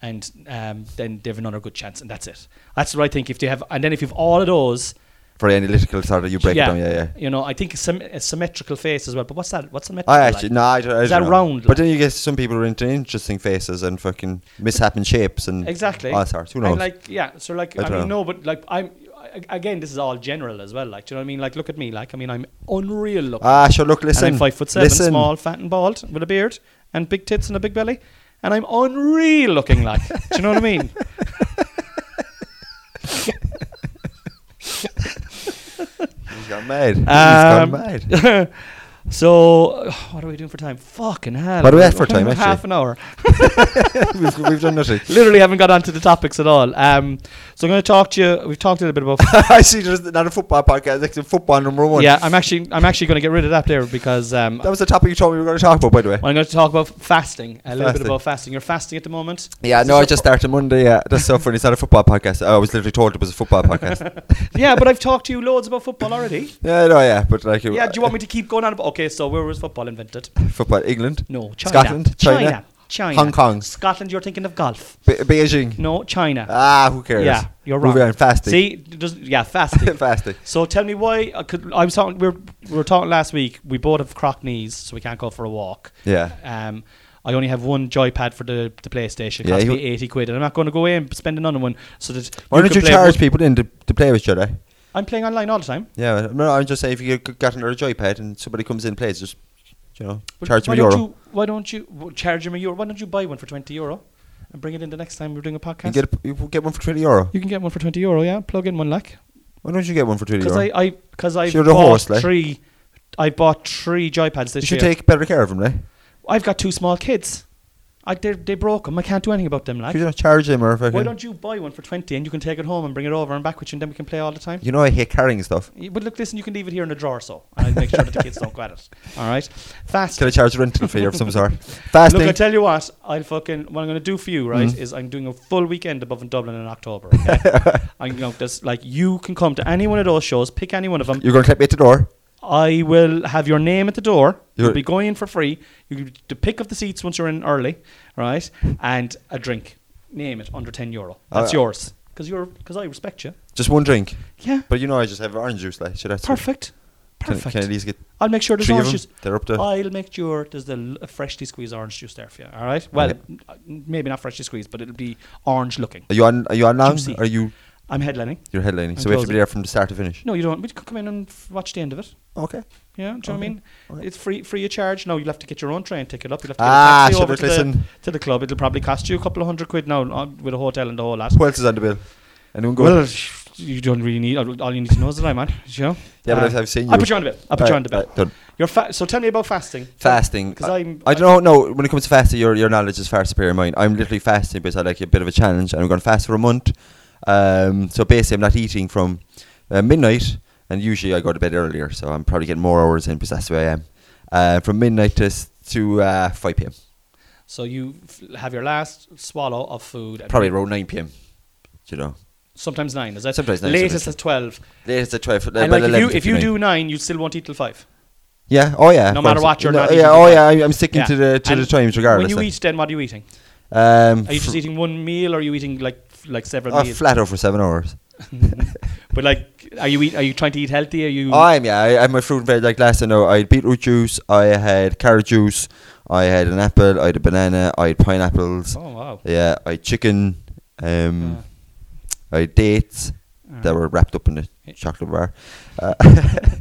[SPEAKER 1] and um, then they have another good chance, and that's it. That's what I think. If they have, and then if you've all of those,
[SPEAKER 2] Very analytical sort of, you break it down, yeah, yeah.
[SPEAKER 1] you know, I think sym- a symmetrical face as well. But what's that? What's symmetrical?
[SPEAKER 2] I
[SPEAKER 1] like?
[SPEAKER 2] actually, no, I don't, I
[SPEAKER 1] Is
[SPEAKER 2] don't
[SPEAKER 1] that
[SPEAKER 2] know.
[SPEAKER 1] round, like?
[SPEAKER 2] But then you get some people who are into interesting faces and fucking mishappen shapes and
[SPEAKER 1] Exactly.
[SPEAKER 2] all sorts. Oh, Who
[SPEAKER 1] And,
[SPEAKER 2] knows?
[SPEAKER 1] like, yeah. So, like,
[SPEAKER 2] I
[SPEAKER 1] I,
[SPEAKER 2] don't
[SPEAKER 1] mean,
[SPEAKER 2] know.
[SPEAKER 1] no, but like, I'm I- again. This is all general as well. Like, do you know what I mean? Like, look at me. Like, I mean, I'm unreal looking.
[SPEAKER 2] ah, sure, look, listen.
[SPEAKER 1] and I'm five foot seven,
[SPEAKER 2] listen.
[SPEAKER 1] small, fat, and bald, with a beard and big tits and a big belly, and I'm unreal looking. Like, do you know what I mean?
[SPEAKER 2] He's gone mad. He's
[SPEAKER 1] Um,
[SPEAKER 2] gone mad.
[SPEAKER 1] so, what are we doing for time? Fucking hell!
[SPEAKER 2] What are we at
[SPEAKER 1] we're
[SPEAKER 2] for time,
[SPEAKER 1] doing Half
[SPEAKER 2] actually?
[SPEAKER 1] an hour.
[SPEAKER 2] we've, we've done nothing.
[SPEAKER 1] Literally haven't got onto the topics at all. Um, so I'm going to talk to you. We've talked a little bit about
[SPEAKER 2] I see there's not a football podcast, it's a football number one.
[SPEAKER 1] yeah. I'm actually I'm actually going to get rid of that there because um,
[SPEAKER 2] That was the topic you told me we were going to talk about, by the way.
[SPEAKER 1] I'm going to talk about fasting. A little
[SPEAKER 2] Fasting.
[SPEAKER 1] bit about fasting. You're fasting at the moment.
[SPEAKER 2] Yeah, no, I just started Monday. Yeah, that's so funny. It's not a football podcast. I was literally told it was a football podcast.
[SPEAKER 1] yeah, but I've talked to you loads about football already.
[SPEAKER 2] yeah, no, yeah, but like,
[SPEAKER 1] Yeah, do you want me to keep going on about? Okay, so where was football invented?
[SPEAKER 2] football? England,
[SPEAKER 1] No, China.
[SPEAKER 2] Scotland, China,
[SPEAKER 1] China. China.
[SPEAKER 2] Hong Kong,
[SPEAKER 1] Scotland. You're thinking of golf.
[SPEAKER 2] Be- Beijing.
[SPEAKER 1] No, China.
[SPEAKER 2] Ah, who cares?
[SPEAKER 1] yeah, you're
[SPEAKER 2] Moving
[SPEAKER 1] wrong.
[SPEAKER 2] on, fasting.
[SPEAKER 1] See, does, yeah, fasting.
[SPEAKER 2] fasting.
[SPEAKER 1] So tell me why I, could, I was talking. We were, we were talking last week. We both have crock knees, so we can't go for a walk.
[SPEAKER 2] Yeah.
[SPEAKER 1] Um, I only have one joypad for the, the PlayStation. It
[SPEAKER 2] Yeah,
[SPEAKER 1] cost
[SPEAKER 2] you-
[SPEAKER 1] me eighty quid, and I'm not going to go away and spend another one. So that
[SPEAKER 2] Why don't
[SPEAKER 1] could
[SPEAKER 2] you
[SPEAKER 1] play
[SPEAKER 2] charge
[SPEAKER 1] one-
[SPEAKER 2] people in to, to play with each other?
[SPEAKER 1] I'm playing online all the time.
[SPEAKER 2] Yeah, no, I'm just saying if you got another joypad and somebody comes in and plays, just you know,
[SPEAKER 1] Well,
[SPEAKER 2] charge them
[SPEAKER 1] why
[SPEAKER 2] a
[SPEAKER 1] don't
[SPEAKER 2] euro.
[SPEAKER 1] You, why don't you w- charge him a euro? Why don't you buy one for twenty euro and bring it in the next time we're doing a podcast?
[SPEAKER 2] You get a, you get one for twenty euro.
[SPEAKER 1] You can get one for twenty euro. Yeah, plug in one lakh.
[SPEAKER 2] Why don't you get one for twenty
[SPEAKER 1] Because
[SPEAKER 2] euro?
[SPEAKER 1] I, I, because I
[SPEAKER 2] Sure,
[SPEAKER 1] bought
[SPEAKER 2] the horse, like.
[SPEAKER 1] three. I bought three joypads
[SPEAKER 2] you
[SPEAKER 1] this
[SPEAKER 2] should
[SPEAKER 1] year.
[SPEAKER 2] take better care of them, right?
[SPEAKER 1] I've got two small kids. I they, they broke them. I can't do anything about them,
[SPEAKER 2] you
[SPEAKER 1] like.
[SPEAKER 2] don't charge them or fucking.
[SPEAKER 1] Why don't you buy one for twenty and you can take it home and bring it over and back with you and then we can play all the time.
[SPEAKER 2] you know I hate carrying stuff.
[SPEAKER 1] Y- But look, listen, you can leave it here in the drawer, so and I make sure that the kids don't get it. All right, fast.
[SPEAKER 2] Can I charge a rental fee of some sort? Fasting.
[SPEAKER 1] Look, I tell you what, I'll fucking what I'm going to do for you, right?
[SPEAKER 2] Mm-hmm.
[SPEAKER 1] Is I'm doing a full weekend above in Dublin in October. Okay? I'm going to just like you can come to any one of those shows, pick any one of them.
[SPEAKER 2] You're going to let me at the door.
[SPEAKER 1] I will have your name at the door.
[SPEAKER 2] You're-
[SPEAKER 1] You'll be going in for free. You to pick up the seats once you're in early, right? And a drink. Name it under ten euro. That's
[SPEAKER 2] Alright.
[SPEAKER 1] yours because you're because I respect you.
[SPEAKER 2] Just one drink.
[SPEAKER 1] Yeah,
[SPEAKER 2] But you know I just have orange juice, like. So that's
[SPEAKER 1] perfect,
[SPEAKER 2] Can,
[SPEAKER 1] perfect.
[SPEAKER 2] can I at least get
[SPEAKER 1] I'll make sure there's
[SPEAKER 2] three of
[SPEAKER 1] orange
[SPEAKER 2] them?
[SPEAKER 1] juice.
[SPEAKER 2] They're up to.
[SPEAKER 1] I'll make sure there's the l- a freshly squeezed orange juice there for you. All right. Well,
[SPEAKER 2] Okay.
[SPEAKER 1] n- n- maybe not freshly squeezed, but it'll be orange looking.
[SPEAKER 2] Are you on? Are you on now?
[SPEAKER 1] Juicy.
[SPEAKER 2] Are you?
[SPEAKER 1] I'm headlining.
[SPEAKER 2] You're headlining,
[SPEAKER 1] I'm
[SPEAKER 2] so we have to
[SPEAKER 1] closing.
[SPEAKER 2] be there from the start to finish.
[SPEAKER 1] No, you don't. We could come in and f- watch the end of it.
[SPEAKER 2] Okay.
[SPEAKER 1] Yeah, do you know what I
[SPEAKER 2] Okay.
[SPEAKER 1] mean?
[SPEAKER 2] Okay.
[SPEAKER 1] It's free free of charge. No, you'll have to get your own train ticket up. You'll have to get a
[SPEAKER 2] Ah,
[SPEAKER 1] taxi
[SPEAKER 2] so
[SPEAKER 1] over
[SPEAKER 2] look,
[SPEAKER 1] to the,
[SPEAKER 2] listen.
[SPEAKER 1] to the club. It'll probably cost you a couple of hundred quid now uh, with a hotel and the whole lot.
[SPEAKER 2] Who else is on the bill? Anyone go?
[SPEAKER 1] Well, you don't really need. All you need to know is that I'm on. You know?
[SPEAKER 2] yeah, but
[SPEAKER 1] Uh,
[SPEAKER 2] I've, I've seen you.
[SPEAKER 1] I'll put you on a bit. I'll put you on a bit.
[SPEAKER 2] Right, right, done.
[SPEAKER 1] You're fa- so tell me about fasting.
[SPEAKER 2] Fasting.
[SPEAKER 1] Because I'm.
[SPEAKER 2] I don't know. No, when it comes to fasting, your your knowledge is far superior to mine. I'm literally fasting because I like a bit of a challenge, and I'm going to fast for a month. Um, so basically, I'm not eating from uh, midnight, and usually I go to bed earlier, so I'm probably getting more hours in because that's the way I am. Uh, from midnight to s- to uh, five pm,
[SPEAKER 1] So you f- have your last swallow of food. at
[SPEAKER 2] probably around nine pm. You know,
[SPEAKER 1] Sometimes nine. Is that
[SPEAKER 2] Sometimes nine,
[SPEAKER 1] Latest
[SPEAKER 2] sometimes Uh,
[SPEAKER 1] at twelve.
[SPEAKER 2] latest at twelve.
[SPEAKER 1] and
[SPEAKER 2] about
[SPEAKER 1] like if you
[SPEAKER 2] 11
[SPEAKER 1] if you
[SPEAKER 2] 59.
[SPEAKER 1] do nine, you still won't eat till five.
[SPEAKER 2] yeah, oh yeah,
[SPEAKER 1] no
[SPEAKER 2] of
[SPEAKER 1] matter
[SPEAKER 2] course.
[SPEAKER 1] what, you're not eating
[SPEAKER 2] Yeah,
[SPEAKER 1] till
[SPEAKER 2] oh
[SPEAKER 1] five.
[SPEAKER 2] yeah, I- I'm sticking
[SPEAKER 1] Yeah.
[SPEAKER 2] to the to
[SPEAKER 1] And
[SPEAKER 2] the times regardless.
[SPEAKER 1] When you
[SPEAKER 2] like.
[SPEAKER 1] eat, then what are you eating?
[SPEAKER 2] um,
[SPEAKER 1] Are you just
[SPEAKER 2] fr-
[SPEAKER 1] eating one meal, or are you eating like f- like several
[SPEAKER 2] oh,
[SPEAKER 1] meals? Mm-hmm.
[SPEAKER 2] flat out for seven hours.
[SPEAKER 1] but like, are you eat, are you trying to eat healthy? Are you?
[SPEAKER 2] Oh, I'm yeah. I, I had my fruit and veg like last. I know I had beetroot juice. I had carrot juice. I had an apple. I had a banana. I had pineapples.
[SPEAKER 1] oh wow.
[SPEAKER 2] Yeah, I had chicken. Um, I had dates
[SPEAKER 1] Uh,
[SPEAKER 2] that
[SPEAKER 1] uh.
[SPEAKER 2] were wrapped up in
[SPEAKER 1] Yeah.
[SPEAKER 2] a chocolate bar. Uh,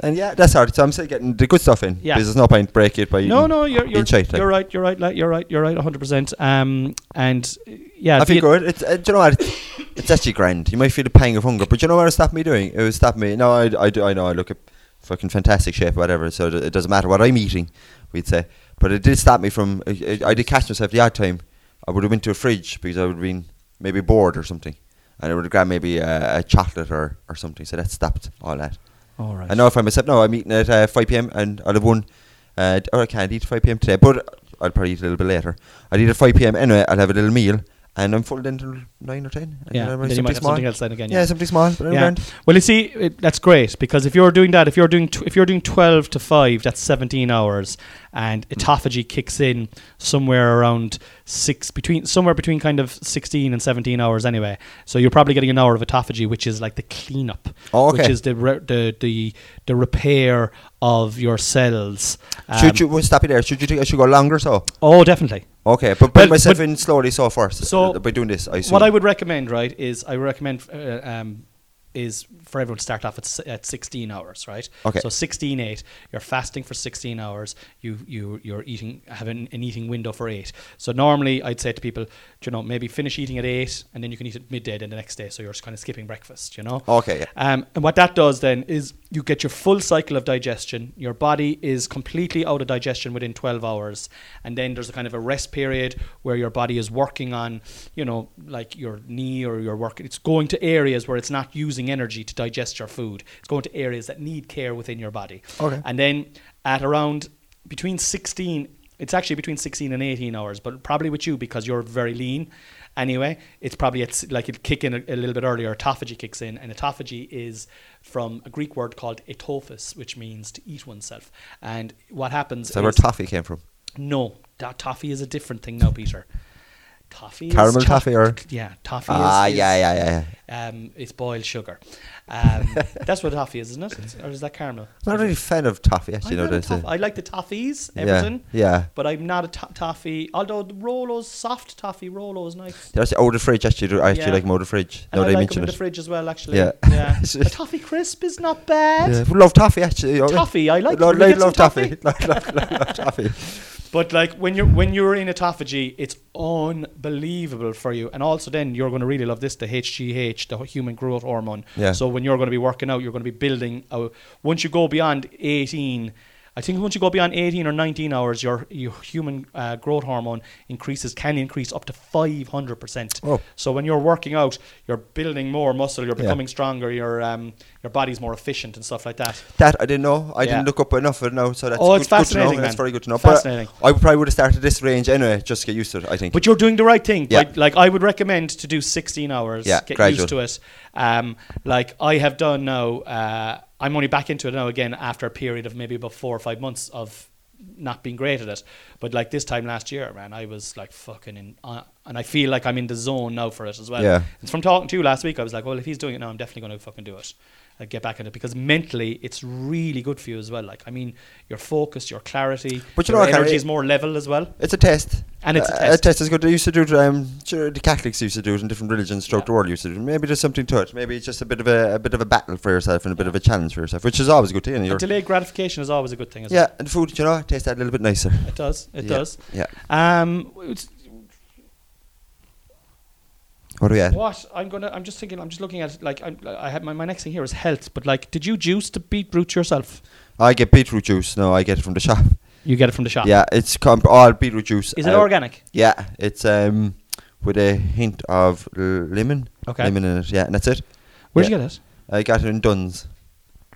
[SPEAKER 2] and yeah, that's hard. So I'm still getting the good stuff in.
[SPEAKER 1] Yeah.
[SPEAKER 2] Yeah. There's no point break it by
[SPEAKER 1] No,
[SPEAKER 2] eating
[SPEAKER 1] no, you're you're,
[SPEAKER 2] inside, like.
[SPEAKER 1] you're right, you're right, like, you're right, you're right, 100. percent Um, and uh, yeah,
[SPEAKER 2] I
[SPEAKER 1] be
[SPEAKER 2] feel
[SPEAKER 1] it-
[SPEAKER 2] good. It's, uh, do you know what? It's, it's actually grand. You might feel a pang of hunger, but do you know what it stopped me doing? It was stopped me. No, I, I, do, I know I look at fucking fantastic shape, whatever. So it doesn't matter what I'm eating, we'd say. But it did stop me from. I, I did catch myself the odd time. I would have been to a fridge because I would have been maybe bored or something, and I would have grabbed maybe a, a chocolate or, or something. So that stopped all that.
[SPEAKER 1] All right.
[SPEAKER 2] I know if I'm myself, no, I'm eating at uh, 5 pm and I'll have one. Uh, d- or I can't eat at 5 pm today, but I'll probably eat a little bit later. I'll eat at 5 pm anyway, I'll have a little meal and I'm full until nine or ten. I
[SPEAKER 1] Yeah,
[SPEAKER 2] don't
[SPEAKER 1] and
[SPEAKER 2] know,
[SPEAKER 1] then you might
[SPEAKER 2] something
[SPEAKER 1] have
[SPEAKER 2] small.
[SPEAKER 1] something else then again.
[SPEAKER 2] Yeah, something small. But
[SPEAKER 1] Yeah.
[SPEAKER 2] yeah.
[SPEAKER 1] Well, you see, it, that's great because if you're doing that, if you're doing tw- if you're doing twelve to five, that's seventeen hours, and
[SPEAKER 2] Mm.
[SPEAKER 1] autophagy kicks in somewhere around six between somewhere between kind of sixteen and seventeen hours anyway. So you're probably getting an hour of autophagy, which is like the cleanup,
[SPEAKER 2] Oh, okay.
[SPEAKER 1] which is the re- the, the the repair of your cells. Um,
[SPEAKER 2] should you well, stop you there? Should you think I should go longer? So
[SPEAKER 1] Oh, definitely.
[SPEAKER 2] okay, but put
[SPEAKER 1] Well,
[SPEAKER 2] myself
[SPEAKER 1] but-
[SPEAKER 2] in slowly. So first,
[SPEAKER 1] So,
[SPEAKER 2] uh, by doing this, I assume.
[SPEAKER 1] What I would recommend, right, is I recommend uh, um, is for everyone to start off at, s- at 16 hours, right?
[SPEAKER 2] Okay.
[SPEAKER 1] So 16 8, you're fasting for 16 hours. You you you're eating have an, an eating window for 8. So normally I'd say to people, do you know, maybe finish eating at 8 and then you can eat at midday then the next day so you're just kind of skipping breakfast, you know.
[SPEAKER 2] Okay, yeah.
[SPEAKER 1] Um, and what that does then is you get your full cycle of digestion. Your body is completely out of digestion within 12 hours. And then there's a kind of a rest period where your body is working on, you know, like your knee or your work. It's going to areas where it's not using energy to digest your food. It's going to areas that need care within your body.
[SPEAKER 2] Okay.
[SPEAKER 1] And then at around between 16, it's actually between 16 and 18 hours, but probably with you because you're very lean. Anyway, it's probably it's like it'll kick in a, a little bit earlier. Autophagy kicks in, and autophagy is from a Greek word called etophis, which means to eat oneself. And what happens?
[SPEAKER 2] Is that where
[SPEAKER 1] is-
[SPEAKER 2] toffee came from?
[SPEAKER 1] no, that toffee is a different thing now, Peter. Toffee
[SPEAKER 2] Caramel
[SPEAKER 1] is cho-
[SPEAKER 2] toffee or-
[SPEAKER 1] yeah, toffee.
[SPEAKER 2] Ah,
[SPEAKER 1] is, is,
[SPEAKER 2] yeah, yeah, yeah, yeah.
[SPEAKER 1] Um, it's boiled sugar. Um, that's what toffee is, isn't it? It's- Or is that caramel?
[SPEAKER 2] I'm not really a fan of toffee. Actually,
[SPEAKER 1] I'm
[SPEAKER 2] no,
[SPEAKER 1] not a
[SPEAKER 2] that's a-
[SPEAKER 1] toff- I like the toffees,
[SPEAKER 2] Yeah,
[SPEAKER 1] Everton.
[SPEAKER 2] yeah.
[SPEAKER 1] But I'm not a to- toffee. Although the Rolo's soft toffee Rolo is nice.
[SPEAKER 2] They're actually out of the fridge. Actually, do- I actually
[SPEAKER 1] Yeah.
[SPEAKER 2] like them out of the fridge.
[SPEAKER 1] And
[SPEAKER 2] No,
[SPEAKER 1] I
[SPEAKER 2] they
[SPEAKER 1] like them
[SPEAKER 2] mentioned
[SPEAKER 1] in the
[SPEAKER 2] it.
[SPEAKER 1] fridge as well, actually.
[SPEAKER 2] Yeah.
[SPEAKER 1] yeah.
[SPEAKER 2] It's
[SPEAKER 1] a
[SPEAKER 2] just-
[SPEAKER 1] toffee crisp is not bad.
[SPEAKER 2] Yeah. Love toffee actually. oh, yeah.
[SPEAKER 1] Toffee, I like.
[SPEAKER 2] Lo-
[SPEAKER 1] Can we
[SPEAKER 2] lo-
[SPEAKER 1] get some
[SPEAKER 2] love toffee. Love love- love- love toffee.
[SPEAKER 1] But like when you're when you're in autophagy, it's unbelievable for you. And also then you're going to really love this, the HGH, the human growth hormone.
[SPEAKER 2] Yeah.
[SPEAKER 1] So when you're going to be working out, you're going to be building. A, once you go beyond 18, I think once you go beyond 18 or 19 hours, your your human uh, growth hormone increases can increase up to 500 percent.
[SPEAKER 2] Oh.
[SPEAKER 1] So when you're working out, you're building more muscle, you're
[SPEAKER 2] Yeah.
[SPEAKER 1] becoming stronger, your um your body's more efficient and stuff like that.
[SPEAKER 2] That I didn't know. I
[SPEAKER 1] Yeah.
[SPEAKER 2] didn't look up enough of it now, so that's
[SPEAKER 1] Oh,
[SPEAKER 2] good,
[SPEAKER 1] it's
[SPEAKER 2] good to know.
[SPEAKER 1] fascinating,
[SPEAKER 2] That's
[SPEAKER 1] man.
[SPEAKER 2] very good to know.
[SPEAKER 1] Fascinating.
[SPEAKER 2] But I probably would have started this range anyway, just to get used to it. I think.
[SPEAKER 1] But you're doing the right thing.
[SPEAKER 2] Yeah.
[SPEAKER 1] Like, like I would recommend to do 16 hours.
[SPEAKER 2] Yeah,
[SPEAKER 1] get
[SPEAKER 2] gradual.
[SPEAKER 1] used to it. Um, like I have done now. Uh, I'm only back into it now again after a period of maybe about four or five months of not being great at it. But like this time last year, man, I was like fucking in, uh, and I feel like I'm in the zone now for it as well.
[SPEAKER 2] Yeah.
[SPEAKER 1] It's from talking to you last week. I was like, well, if he's doing it now, I'm definitely going to fucking do it. Uh, get back in it because mentally it's really good for you as well. Like, I mean, your focus, your clarity,
[SPEAKER 2] But you
[SPEAKER 1] your
[SPEAKER 2] know what, Harry?
[SPEAKER 1] energy is more level as well.
[SPEAKER 2] It's a test.
[SPEAKER 1] And it's a
[SPEAKER 2] Uh,
[SPEAKER 1] test.
[SPEAKER 2] is good. They used to do it. Um, sure, the Catholics used to do it, and different religions throughout
[SPEAKER 1] Yeah.
[SPEAKER 2] the world used to do it. Maybe there's something to it. Maybe it's just a bit of a, a bit of a battle for yourself and a bit of a challenge for yourself, which is always good. You know,
[SPEAKER 1] And delayed gratification is always a good thing as well.
[SPEAKER 2] yeah, and the food, you know, tastes that a little bit nicer.
[SPEAKER 1] It does. It
[SPEAKER 2] Yeah,
[SPEAKER 1] does.
[SPEAKER 2] Yeah.
[SPEAKER 1] Um, it's-
[SPEAKER 2] What do we at?
[SPEAKER 1] what I'm gonna, I'm just thinking, I'm just looking at like I'm, I have my, my next thing here is health, but like, did you juice the beetroot yourself?
[SPEAKER 2] I get beetroot juice. No, I get it from the shop.
[SPEAKER 1] You get it from the shop.
[SPEAKER 2] Yeah, it's comp- oh, all beetroot juice.
[SPEAKER 1] Is it
[SPEAKER 2] Uh,
[SPEAKER 1] organic?
[SPEAKER 2] Yeah, it's um with a hint of l- lemon.
[SPEAKER 1] Okay.
[SPEAKER 2] Lemon in it. Yeah, and that's it.
[SPEAKER 1] Where'd
[SPEAKER 2] yeah.
[SPEAKER 1] you get it?
[SPEAKER 2] I got it in Dunn's.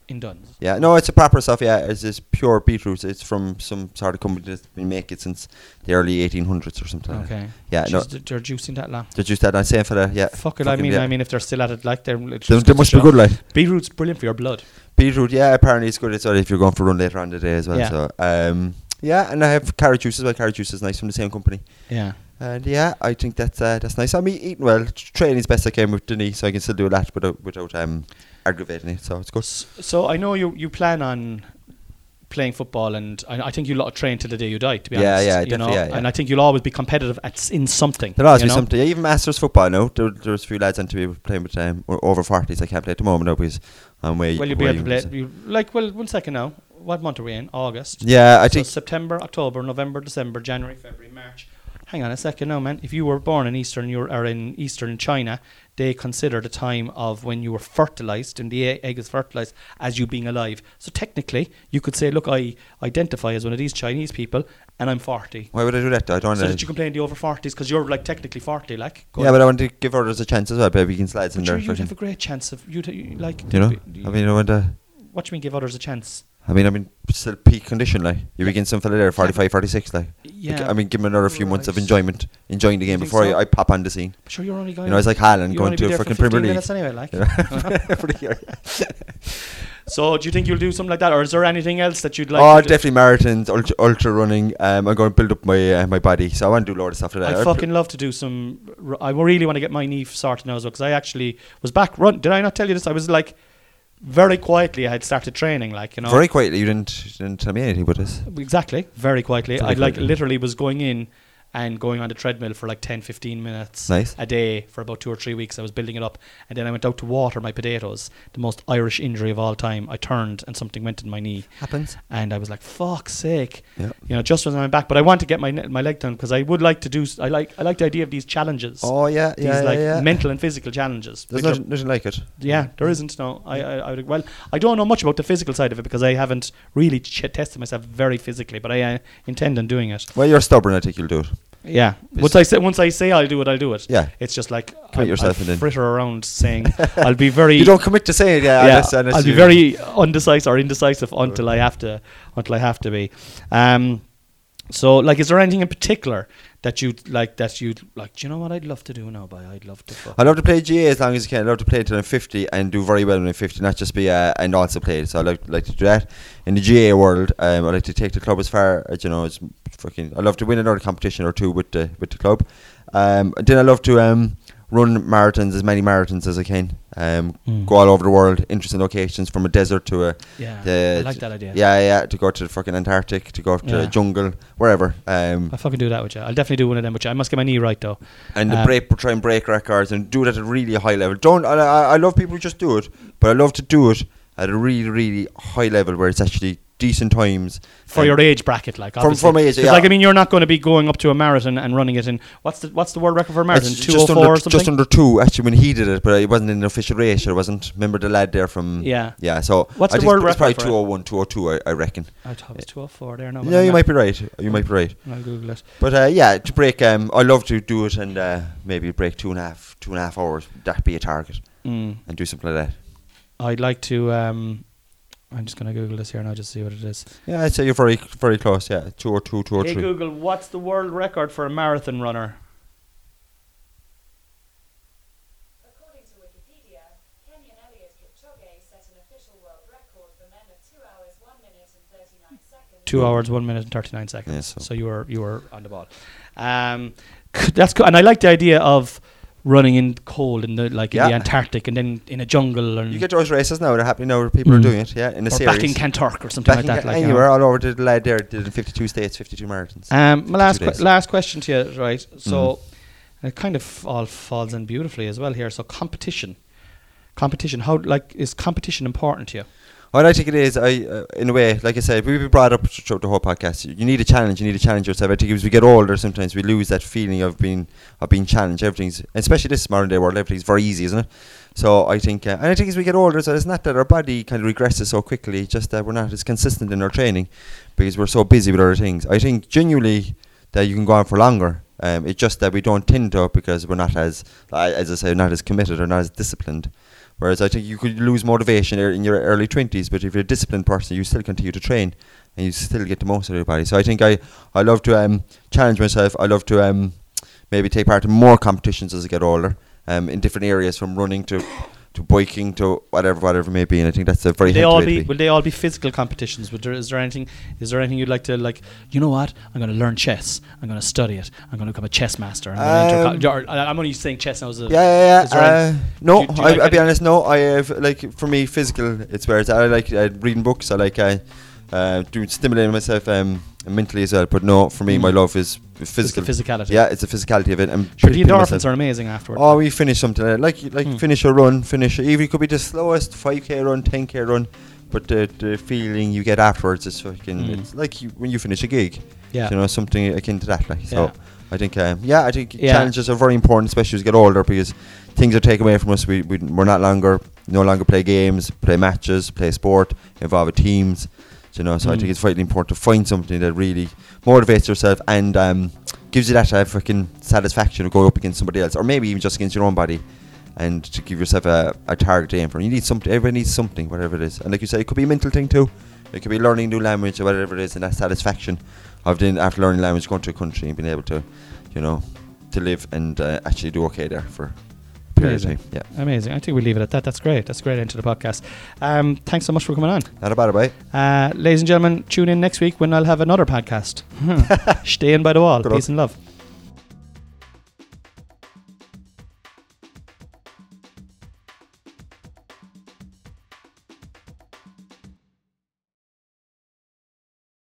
[SPEAKER 1] In Duns.
[SPEAKER 2] Yeah, no, it's a proper stuff. Yeah, it's just pure beetroot. It's from some sort of company that's been making it since the early 1800s or something. like that.
[SPEAKER 1] Okay.
[SPEAKER 2] Uh, Yeah, no,
[SPEAKER 1] Jeez, th- they're juicing that long.
[SPEAKER 2] the juice that I'm saying for that. Yeah.
[SPEAKER 1] Fuck it. I
[SPEAKER 2] fucking
[SPEAKER 1] mean,
[SPEAKER 2] yeah.
[SPEAKER 1] I mean, if they're still at it, like they're
[SPEAKER 2] They,
[SPEAKER 1] literally
[SPEAKER 2] they must be good, like
[SPEAKER 1] Beetroot's brilliant for your blood.
[SPEAKER 2] beetroot. Yeah, apparently it's good. It's well if you're going for a run later on today as well.
[SPEAKER 1] Yeah.
[SPEAKER 2] So, um, yeah, and I have carrot juice as well. Carrot juice is nice from the same company.
[SPEAKER 1] Yeah.
[SPEAKER 2] And yeah, I think that's uh, that's nice. I'm e- eating well. T- Training is best I can with the knee, so I can still do that without without um aggravating it. So it's good.
[SPEAKER 1] S- So I know you you plan on playing football, and I, I think you lot train till the day you die. To be
[SPEAKER 2] Yeah,
[SPEAKER 1] honest,
[SPEAKER 2] yeah,
[SPEAKER 1] you know,
[SPEAKER 2] definitely, yeah, yeah.
[SPEAKER 1] and I think you'll always be competitive at s- in something.
[SPEAKER 2] There always
[SPEAKER 1] you
[SPEAKER 2] be
[SPEAKER 1] know?
[SPEAKER 2] something. Yeah, even masters football. No, there, there's a few lads on to be playing with um o- over forties. I can't play at the moment now because I'm way.
[SPEAKER 1] Well, you'll be
[SPEAKER 2] way
[SPEAKER 1] able to play.
[SPEAKER 2] under-
[SPEAKER 1] it. You, like, well, one second now. What month are we in? August.
[SPEAKER 2] Yeah, I
[SPEAKER 1] So
[SPEAKER 2] think
[SPEAKER 1] September, October, November, December, January, February, March. Hang on a second now, man. If you were born in Eastern Europe or in Eastern China, they consider the time of when you were fertilized and the e- egg is fertilized as you being alive. So technically, you could say, look, I identify as one of these Chinese people, and I'm 40.
[SPEAKER 2] why would I do that? Though? I don't.
[SPEAKER 1] So
[SPEAKER 2] know.
[SPEAKER 1] that you can play in the over 40s because you're like technically 40, like. go
[SPEAKER 2] yeah,
[SPEAKER 1] on.
[SPEAKER 2] but I want to give others a chance as well. Maybe we can slide in
[SPEAKER 1] But
[SPEAKER 2] there.
[SPEAKER 1] you,
[SPEAKER 2] if I
[SPEAKER 1] would
[SPEAKER 2] can.
[SPEAKER 1] have a great chance of you'd you, like.
[SPEAKER 2] you know,
[SPEAKER 1] be-
[SPEAKER 2] I mean, I want to.
[SPEAKER 1] what do you mean? Give others a chance?
[SPEAKER 2] I mean, I mean, still peak condition like. You begin some fella there, 45, 46 like.
[SPEAKER 1] Y-
[SPEAKER 2] Like,
[SPEAKER 1] Yeah.
[SPEAKER 2] I mean, give him another few months of
[SPEAKER 1] Right.
[SPEAKER 2] enjoyment, enjoying the game
[SPEAKER 1] think
[SPEAKER 2] before
[SPEAKER 1] so?
[SPEAKER 2] I, I pop on the scene.
[SPEAKER 1] sure, you're only going.
[SPEAKER 2] You know, it's like Haaland
[SPEAKER 1] you'll
[SPEAKER 2] going
[SPEAKER 1] only be
[SPEAKER 2] to
[SPEAKER 1] there for
[SPEAKER 2] fucking
[SPEAKER 1] 15
[SPEAKER 2] Premier League.
[SPEAKER 1] minutes eh? anyway, like.
[SPEAKER 2] For the year.
[SPEAKER 1] So, do you think you'll do something like that, or is there anything else that you'd like?
[SPEAKER 2] oh,
[SPEAKER 1] to do?
[SPEAKER 2] definitely marathons, ultra, ultra running. Um, I'm going to build up my uh, my body, so I want to do a lot of stuff like that.
[SPEAKER 1] I fucking love to do some. r- I really want to get my knee sorted now as well because I actually was back run. Did I not tell you this? I was like very quietly. I had started training, like you know,
[SPEAKER 2] very quietly. You didn't you didn't tell me anything about this.
[SPEAKER 1] exactly very quietly.
[SPEAKER 2] Very
[SPEAKER 1] I like
[SPEAKER 2] quietly.
[SPEAKER 1] literally was going in and going on the treadmill for like 10, 15 minutes
[SPEAKER 2] Nice.
[SPEAKER 1] a day for about two or three weeks. I was building it up, and then I went out to water my potatoes. The most Irish injury of all time. I turned and something went in my knee,
[SPEAKER 2] Happens.
[SPEAKER 1] and I was like, "Fuck's sake!"
[SPEAKER 2] Yeah.
[SPEAKER 1] You know, just was on my back. But I want to get my ne- my leg done because I would like to do. s- I like I like the idea of these challenges
[SPEAKER 2] Oh yeah,
[SPEAKER 1] these
[SPEAKER 2] yeah, yeah.
[SPEAKER 1] like
[SPEAKER 2] yeah.
[SPEAKER 1] mental and physical challenges.
[SPEAKER 2] There's Mm.
[SPEAKER 1] which are-
[SPEAKER 2] nothing, nothing like it.
[SPEAKER 1] yeah, there isn't. No, I, I, I would, well, I don't know much about the physical side of it because I haven't really ch- tested myself very physically, but I uh, intend on doing it.
[SPEAKER 2] Well, you're stubborn. I think you'll do it.
[SPEAKER 1] Yeah,
[SPEAKER 2] Is-
[SPEAKER 1] once I say once I say I'll do it, I'll do it.
[SPEAKER 2] Yeah.
[SPEAKER 1] It's just like
[SPEAKER 2] Commit yourself
[SPEAKER 1] I
[SPEAKER 2] and then-
[SPEAKER 1] fritter around saying I'll be very.
[SPEAKER 2] You don't commit to saying it. Yeah,
[SPEAKER 1] yeah,
[SPEAKER 2] unless, unless
[SPEAKER 1] I'll be
[SPEAKER 2] you-
[SPEAKER 1] very undecisive or indecisive until I have to until I have to be. Um, so like, is there anything in particular that you like that you like? Do you know what I'd love to do now? By I'd love to. fuck-
[SPEAKER 2] I love to play GA as long as you can. I love to play until I'm 50 and do very well when I'm 50, not just be uh, and also play. So I like like to do that in the GA world. Um, I like to take the club as far as you know. It's fucking. I love to win another competition or two with the with the club. Um, then I love to um run marathons as many marathons as I can. Um,
[SPEAKER 1] Mm.
[SPEAKER 2] go all over the world, interesting locations from a desert to a
[SPEAKER 1] Yeah,
[SPEAKER 2] the-
[SPEAKER 1] I like that idea.
[SPEAKER 2] yeah yeah to go to the fucking Antarctic, to go to
[SPEAKER 1] Yeah.
[SPEAKER 2] the jungle, wherever. Um,
[SPEAKER 1] I fucking do that with you. I'll definitely do one of them with you. I must get my knee right though.
[SPEAKER 2] and the
[SPEAKER 1] Um,
[SPEAKER 2] break, try and break records and do it at a really high level. Don't I, I, I love people who just do it, but I love to do it at a really really high level where it's actually decent times
[SPEAKER 1] For
[SPEAKER 2] Um,
[SPEAKER 1] your age bracket, like
[SPEAKER 2] From-
[SPEAKER 1] obviously.
[SPEAKER 2] from age,
[SPEAKER 1] 'Cause,
[SPEAKER 2] yeah.
[SPEAKER 1] Like I mean, you're not going to be going up to a marathon and running it in what's the what's the world record for a marathon?
[SPEAKER 2] It's
[SPEAKER 1] Two oh
[SPEAKER 2] under,
[SPEAKER 1] four or something.
[SPEAKER 2] Just under two actually when he did it, but it wasn't in an official race. It wasn't. Remember the lad there from
[SPEAKER 1] Yeah.
[SPEAKER 2] yeah. So
[SPEAKER 1] What's
[SPEAKER 2] I
[SPEAKER 1] the
[SPEAKER 2] think
[SPEAKER 1] world
[SPEAKER 2] it's
[SPEAKER 1] record for it?
[SPEAKER 2] probably 201, 202, I, I reckon.
[SPEAKER 1] I thought it was two oh four there. No, but
[SPEAKER 2] yeah,
[SPEAKER 1] I'm
[SPEAKER 2] you
[SPEAKER 1] not.
[SPEAKER 2] might be right. You might be right.
[SPEAKER 1] I'll Google it.
[SPEAKER 2] But uh, yeah, to break, um, I love to do it and uh, maybe break two and a half, two and a half hours. That be a target
[SPEAKER 1] Mm.
[SPEAKER 2] and do something like that.
[SPEAKER 1] I'd like to. Um, I'm just going to Google this here and I'll just see what it is.
[SPEAKER 2] Yeah, I'd say you're very, very close. Yeah, two or two, two or
[SPEAKER 1] Hey
[SPEAKER 2] three.
[SPEAKER 1] Google, what's the world record for a marathon runner?
[SPEAKER 3] According to Wikipedia, Kenyan Elias Kipchoge set an official world record for men of 2 hours 1 minute and 39 seconds.
[SPEAKER 1] Two hours, one minute, and thirty nine seconds.
[SPEAKER 2] Yeah,
[SPEAKER 1] so.
[SPEAKER 2] so-
[SPEAKER 1] you were you were on the ball. Um, that's cool, and I like the idea of running in cold in the like in
[SPEAKER 2] Yeah.
[SPEAKER 1] the Antarctic and then in a jungle and
[SPEAKER 2] You get those races now. They're happening now. where People
[SPEAKER 1] Mm.
[SPEAKER 2] are doing it. Yeah, in a
[SPEAKER 1] or
[SPEAKER 2] series.
[SPEAKER 1] back in Kentork or something
[SPEAKER 2] Back in
[SPEAKER 1] like that.
[SPEAKER 2] Ca-
[SPEAKER 1] Like you know.
[SPEAKER 2] anywhere all over the lad there did it in 52 states, 52 marathons.
[SPEAKER 1] Um, my last
[SPEAKER 2] Two
[SPEAKER 1] que-
[SPEAKER 2] days. Mm-hmm.
[SPEAKER 1] last question to you, right? So it kind of all falls in beautifully as well here. So competition, competition. How like is competition important to you?
[SPEAKER 2] What I think it is, I uh, in a way, like I said, we've been brought up throughout the whole podcast. You need a challenge. You need to challenge yourself. I think as we get older, sometimes we lose that feeling of being of being challenged. Everything's, especially this modern day world, everything's very easy, isn't it? So I think, uh, and I think as we get older, so it's not that our body kind of regresses so quickly. Just that we're not as consistent in our training because we're so busy with other things. I think genuinely that you can go on for longer. Um, it's just that we don't tend to because we're not as, I- as I say, not as committed or not as disciplined. Whereas I think you could lose motivation ear- in your early 20s, but if you're a disciplined person, you still continue to train and you still get the most out of your body. So I think I, I love to um, challenge myself. I love to um, maybe take part in more competitions as I get older um, in different areas from running to, to biking to whatever, whatever it may be. And I think that's a very
[SPEAKER 1] Will they
[SPEAKER 2] healthy
[SPEAKER 1] all
[SPEAKER 2] way to
[SPEAKER 1] be
[SPEAKER 2] be.
[SPEAKER 1] will they all be physical competitions? Would there, is there anything is there anything you'd like to like? You know what? I'm going to learn chess. I'm going to study it. I'm going to become a chess master. I'm, gonna enter co- or, I- I'm only saying chess now as a
[SPEAKER 2] Um, Yeah, yeah,
[SPEAKER 1] is
[SPEAKER 2] yeah.
[SPEAKER 1] there
[SPEAKER 2] Uh,
[SPEAKER 1] any-
[SPEAKER 2] no,
[SPEAKER 1] do you
[SPEAKER 2] I,
[SPEAKER 1] like
[SPEAKER 2] I'll be
[SPEAKER 1] any-
[SPEAKER 2] honest. No, I have like for me, physical. It's where it's. I like uh, reading books. I like uh, uh, doing stimulating myself um, mentally as well. But no, for me,
[SPEAKER 1] Mm.
[SPEAKER 2] my love is
[SPEAKER 1] it's the
[SPEAKER 2] physical.
[SPEAKER 1] physicality.
[SPEAKER 2] Yeah, it's the physicality of it. And
[SPEAKER 1] sure. The
[SPEAKER 2] putting myself-
[SPEAKER 1] endorphins are amazing afterwards.
[SPEAKER 2] Oh, we finish something like like, like
[SPEAKER 1] Mm.
[SPEAKER 2] finish a run, finish a, even it could be the slowest five k run, ten k run, but the, the feeling you get afterwards is fucking
[SPEAKER 1] Mm.
[SPEAKER 2] it's like you, when you finish a gig,
[SPEAKER 1] yeah.
[SPEAKER 2] you know something akin to that. Like so,
[SPEAKER 1] Yeah.
[SPEAKER 2] I think um, yeah, I think
[SPEAKER 1] Yeah.
[SPEAKER 2] challenges are very important, especially as we get older, because things are taken away from us. We, we we're not longer no longer play games, play matches, play sport, involve with teams. You know, so I
[SPEAKER 1] Mm.
[SPEAKER 2] think it's vitally important to find something that really motivates yourself and um, gives you that uh, fucking satisfaction of going up against somebody else, or maybe even just against your own body, and to give yourself a, a target to aim for. You need something. Everyone needs something, whatever it is. And like you say, it could be a mental thing too. It could be learning new language or whatever it is, and that satisfaction of doing after learning language, going to a country and being able to, you know, to live and uh, actually do okay there for a period of
[SPEAKER 1] Amazing.
[SPEAKER 2] time. Yeah,
[SPEAKER 1] Amazing. I think we leave it at that. That's great. That's great into the podcast. Um, thanks so much for coming on.
[SPEAKER 2] not a bad way.
[SPEAKER 1] Uh, ladies and gentlemen, tune in next week when I'll have another podcast. Stay in by the wall.
[SPEAKER 2] Good luck.
[SPEAKER 1] Peace and love.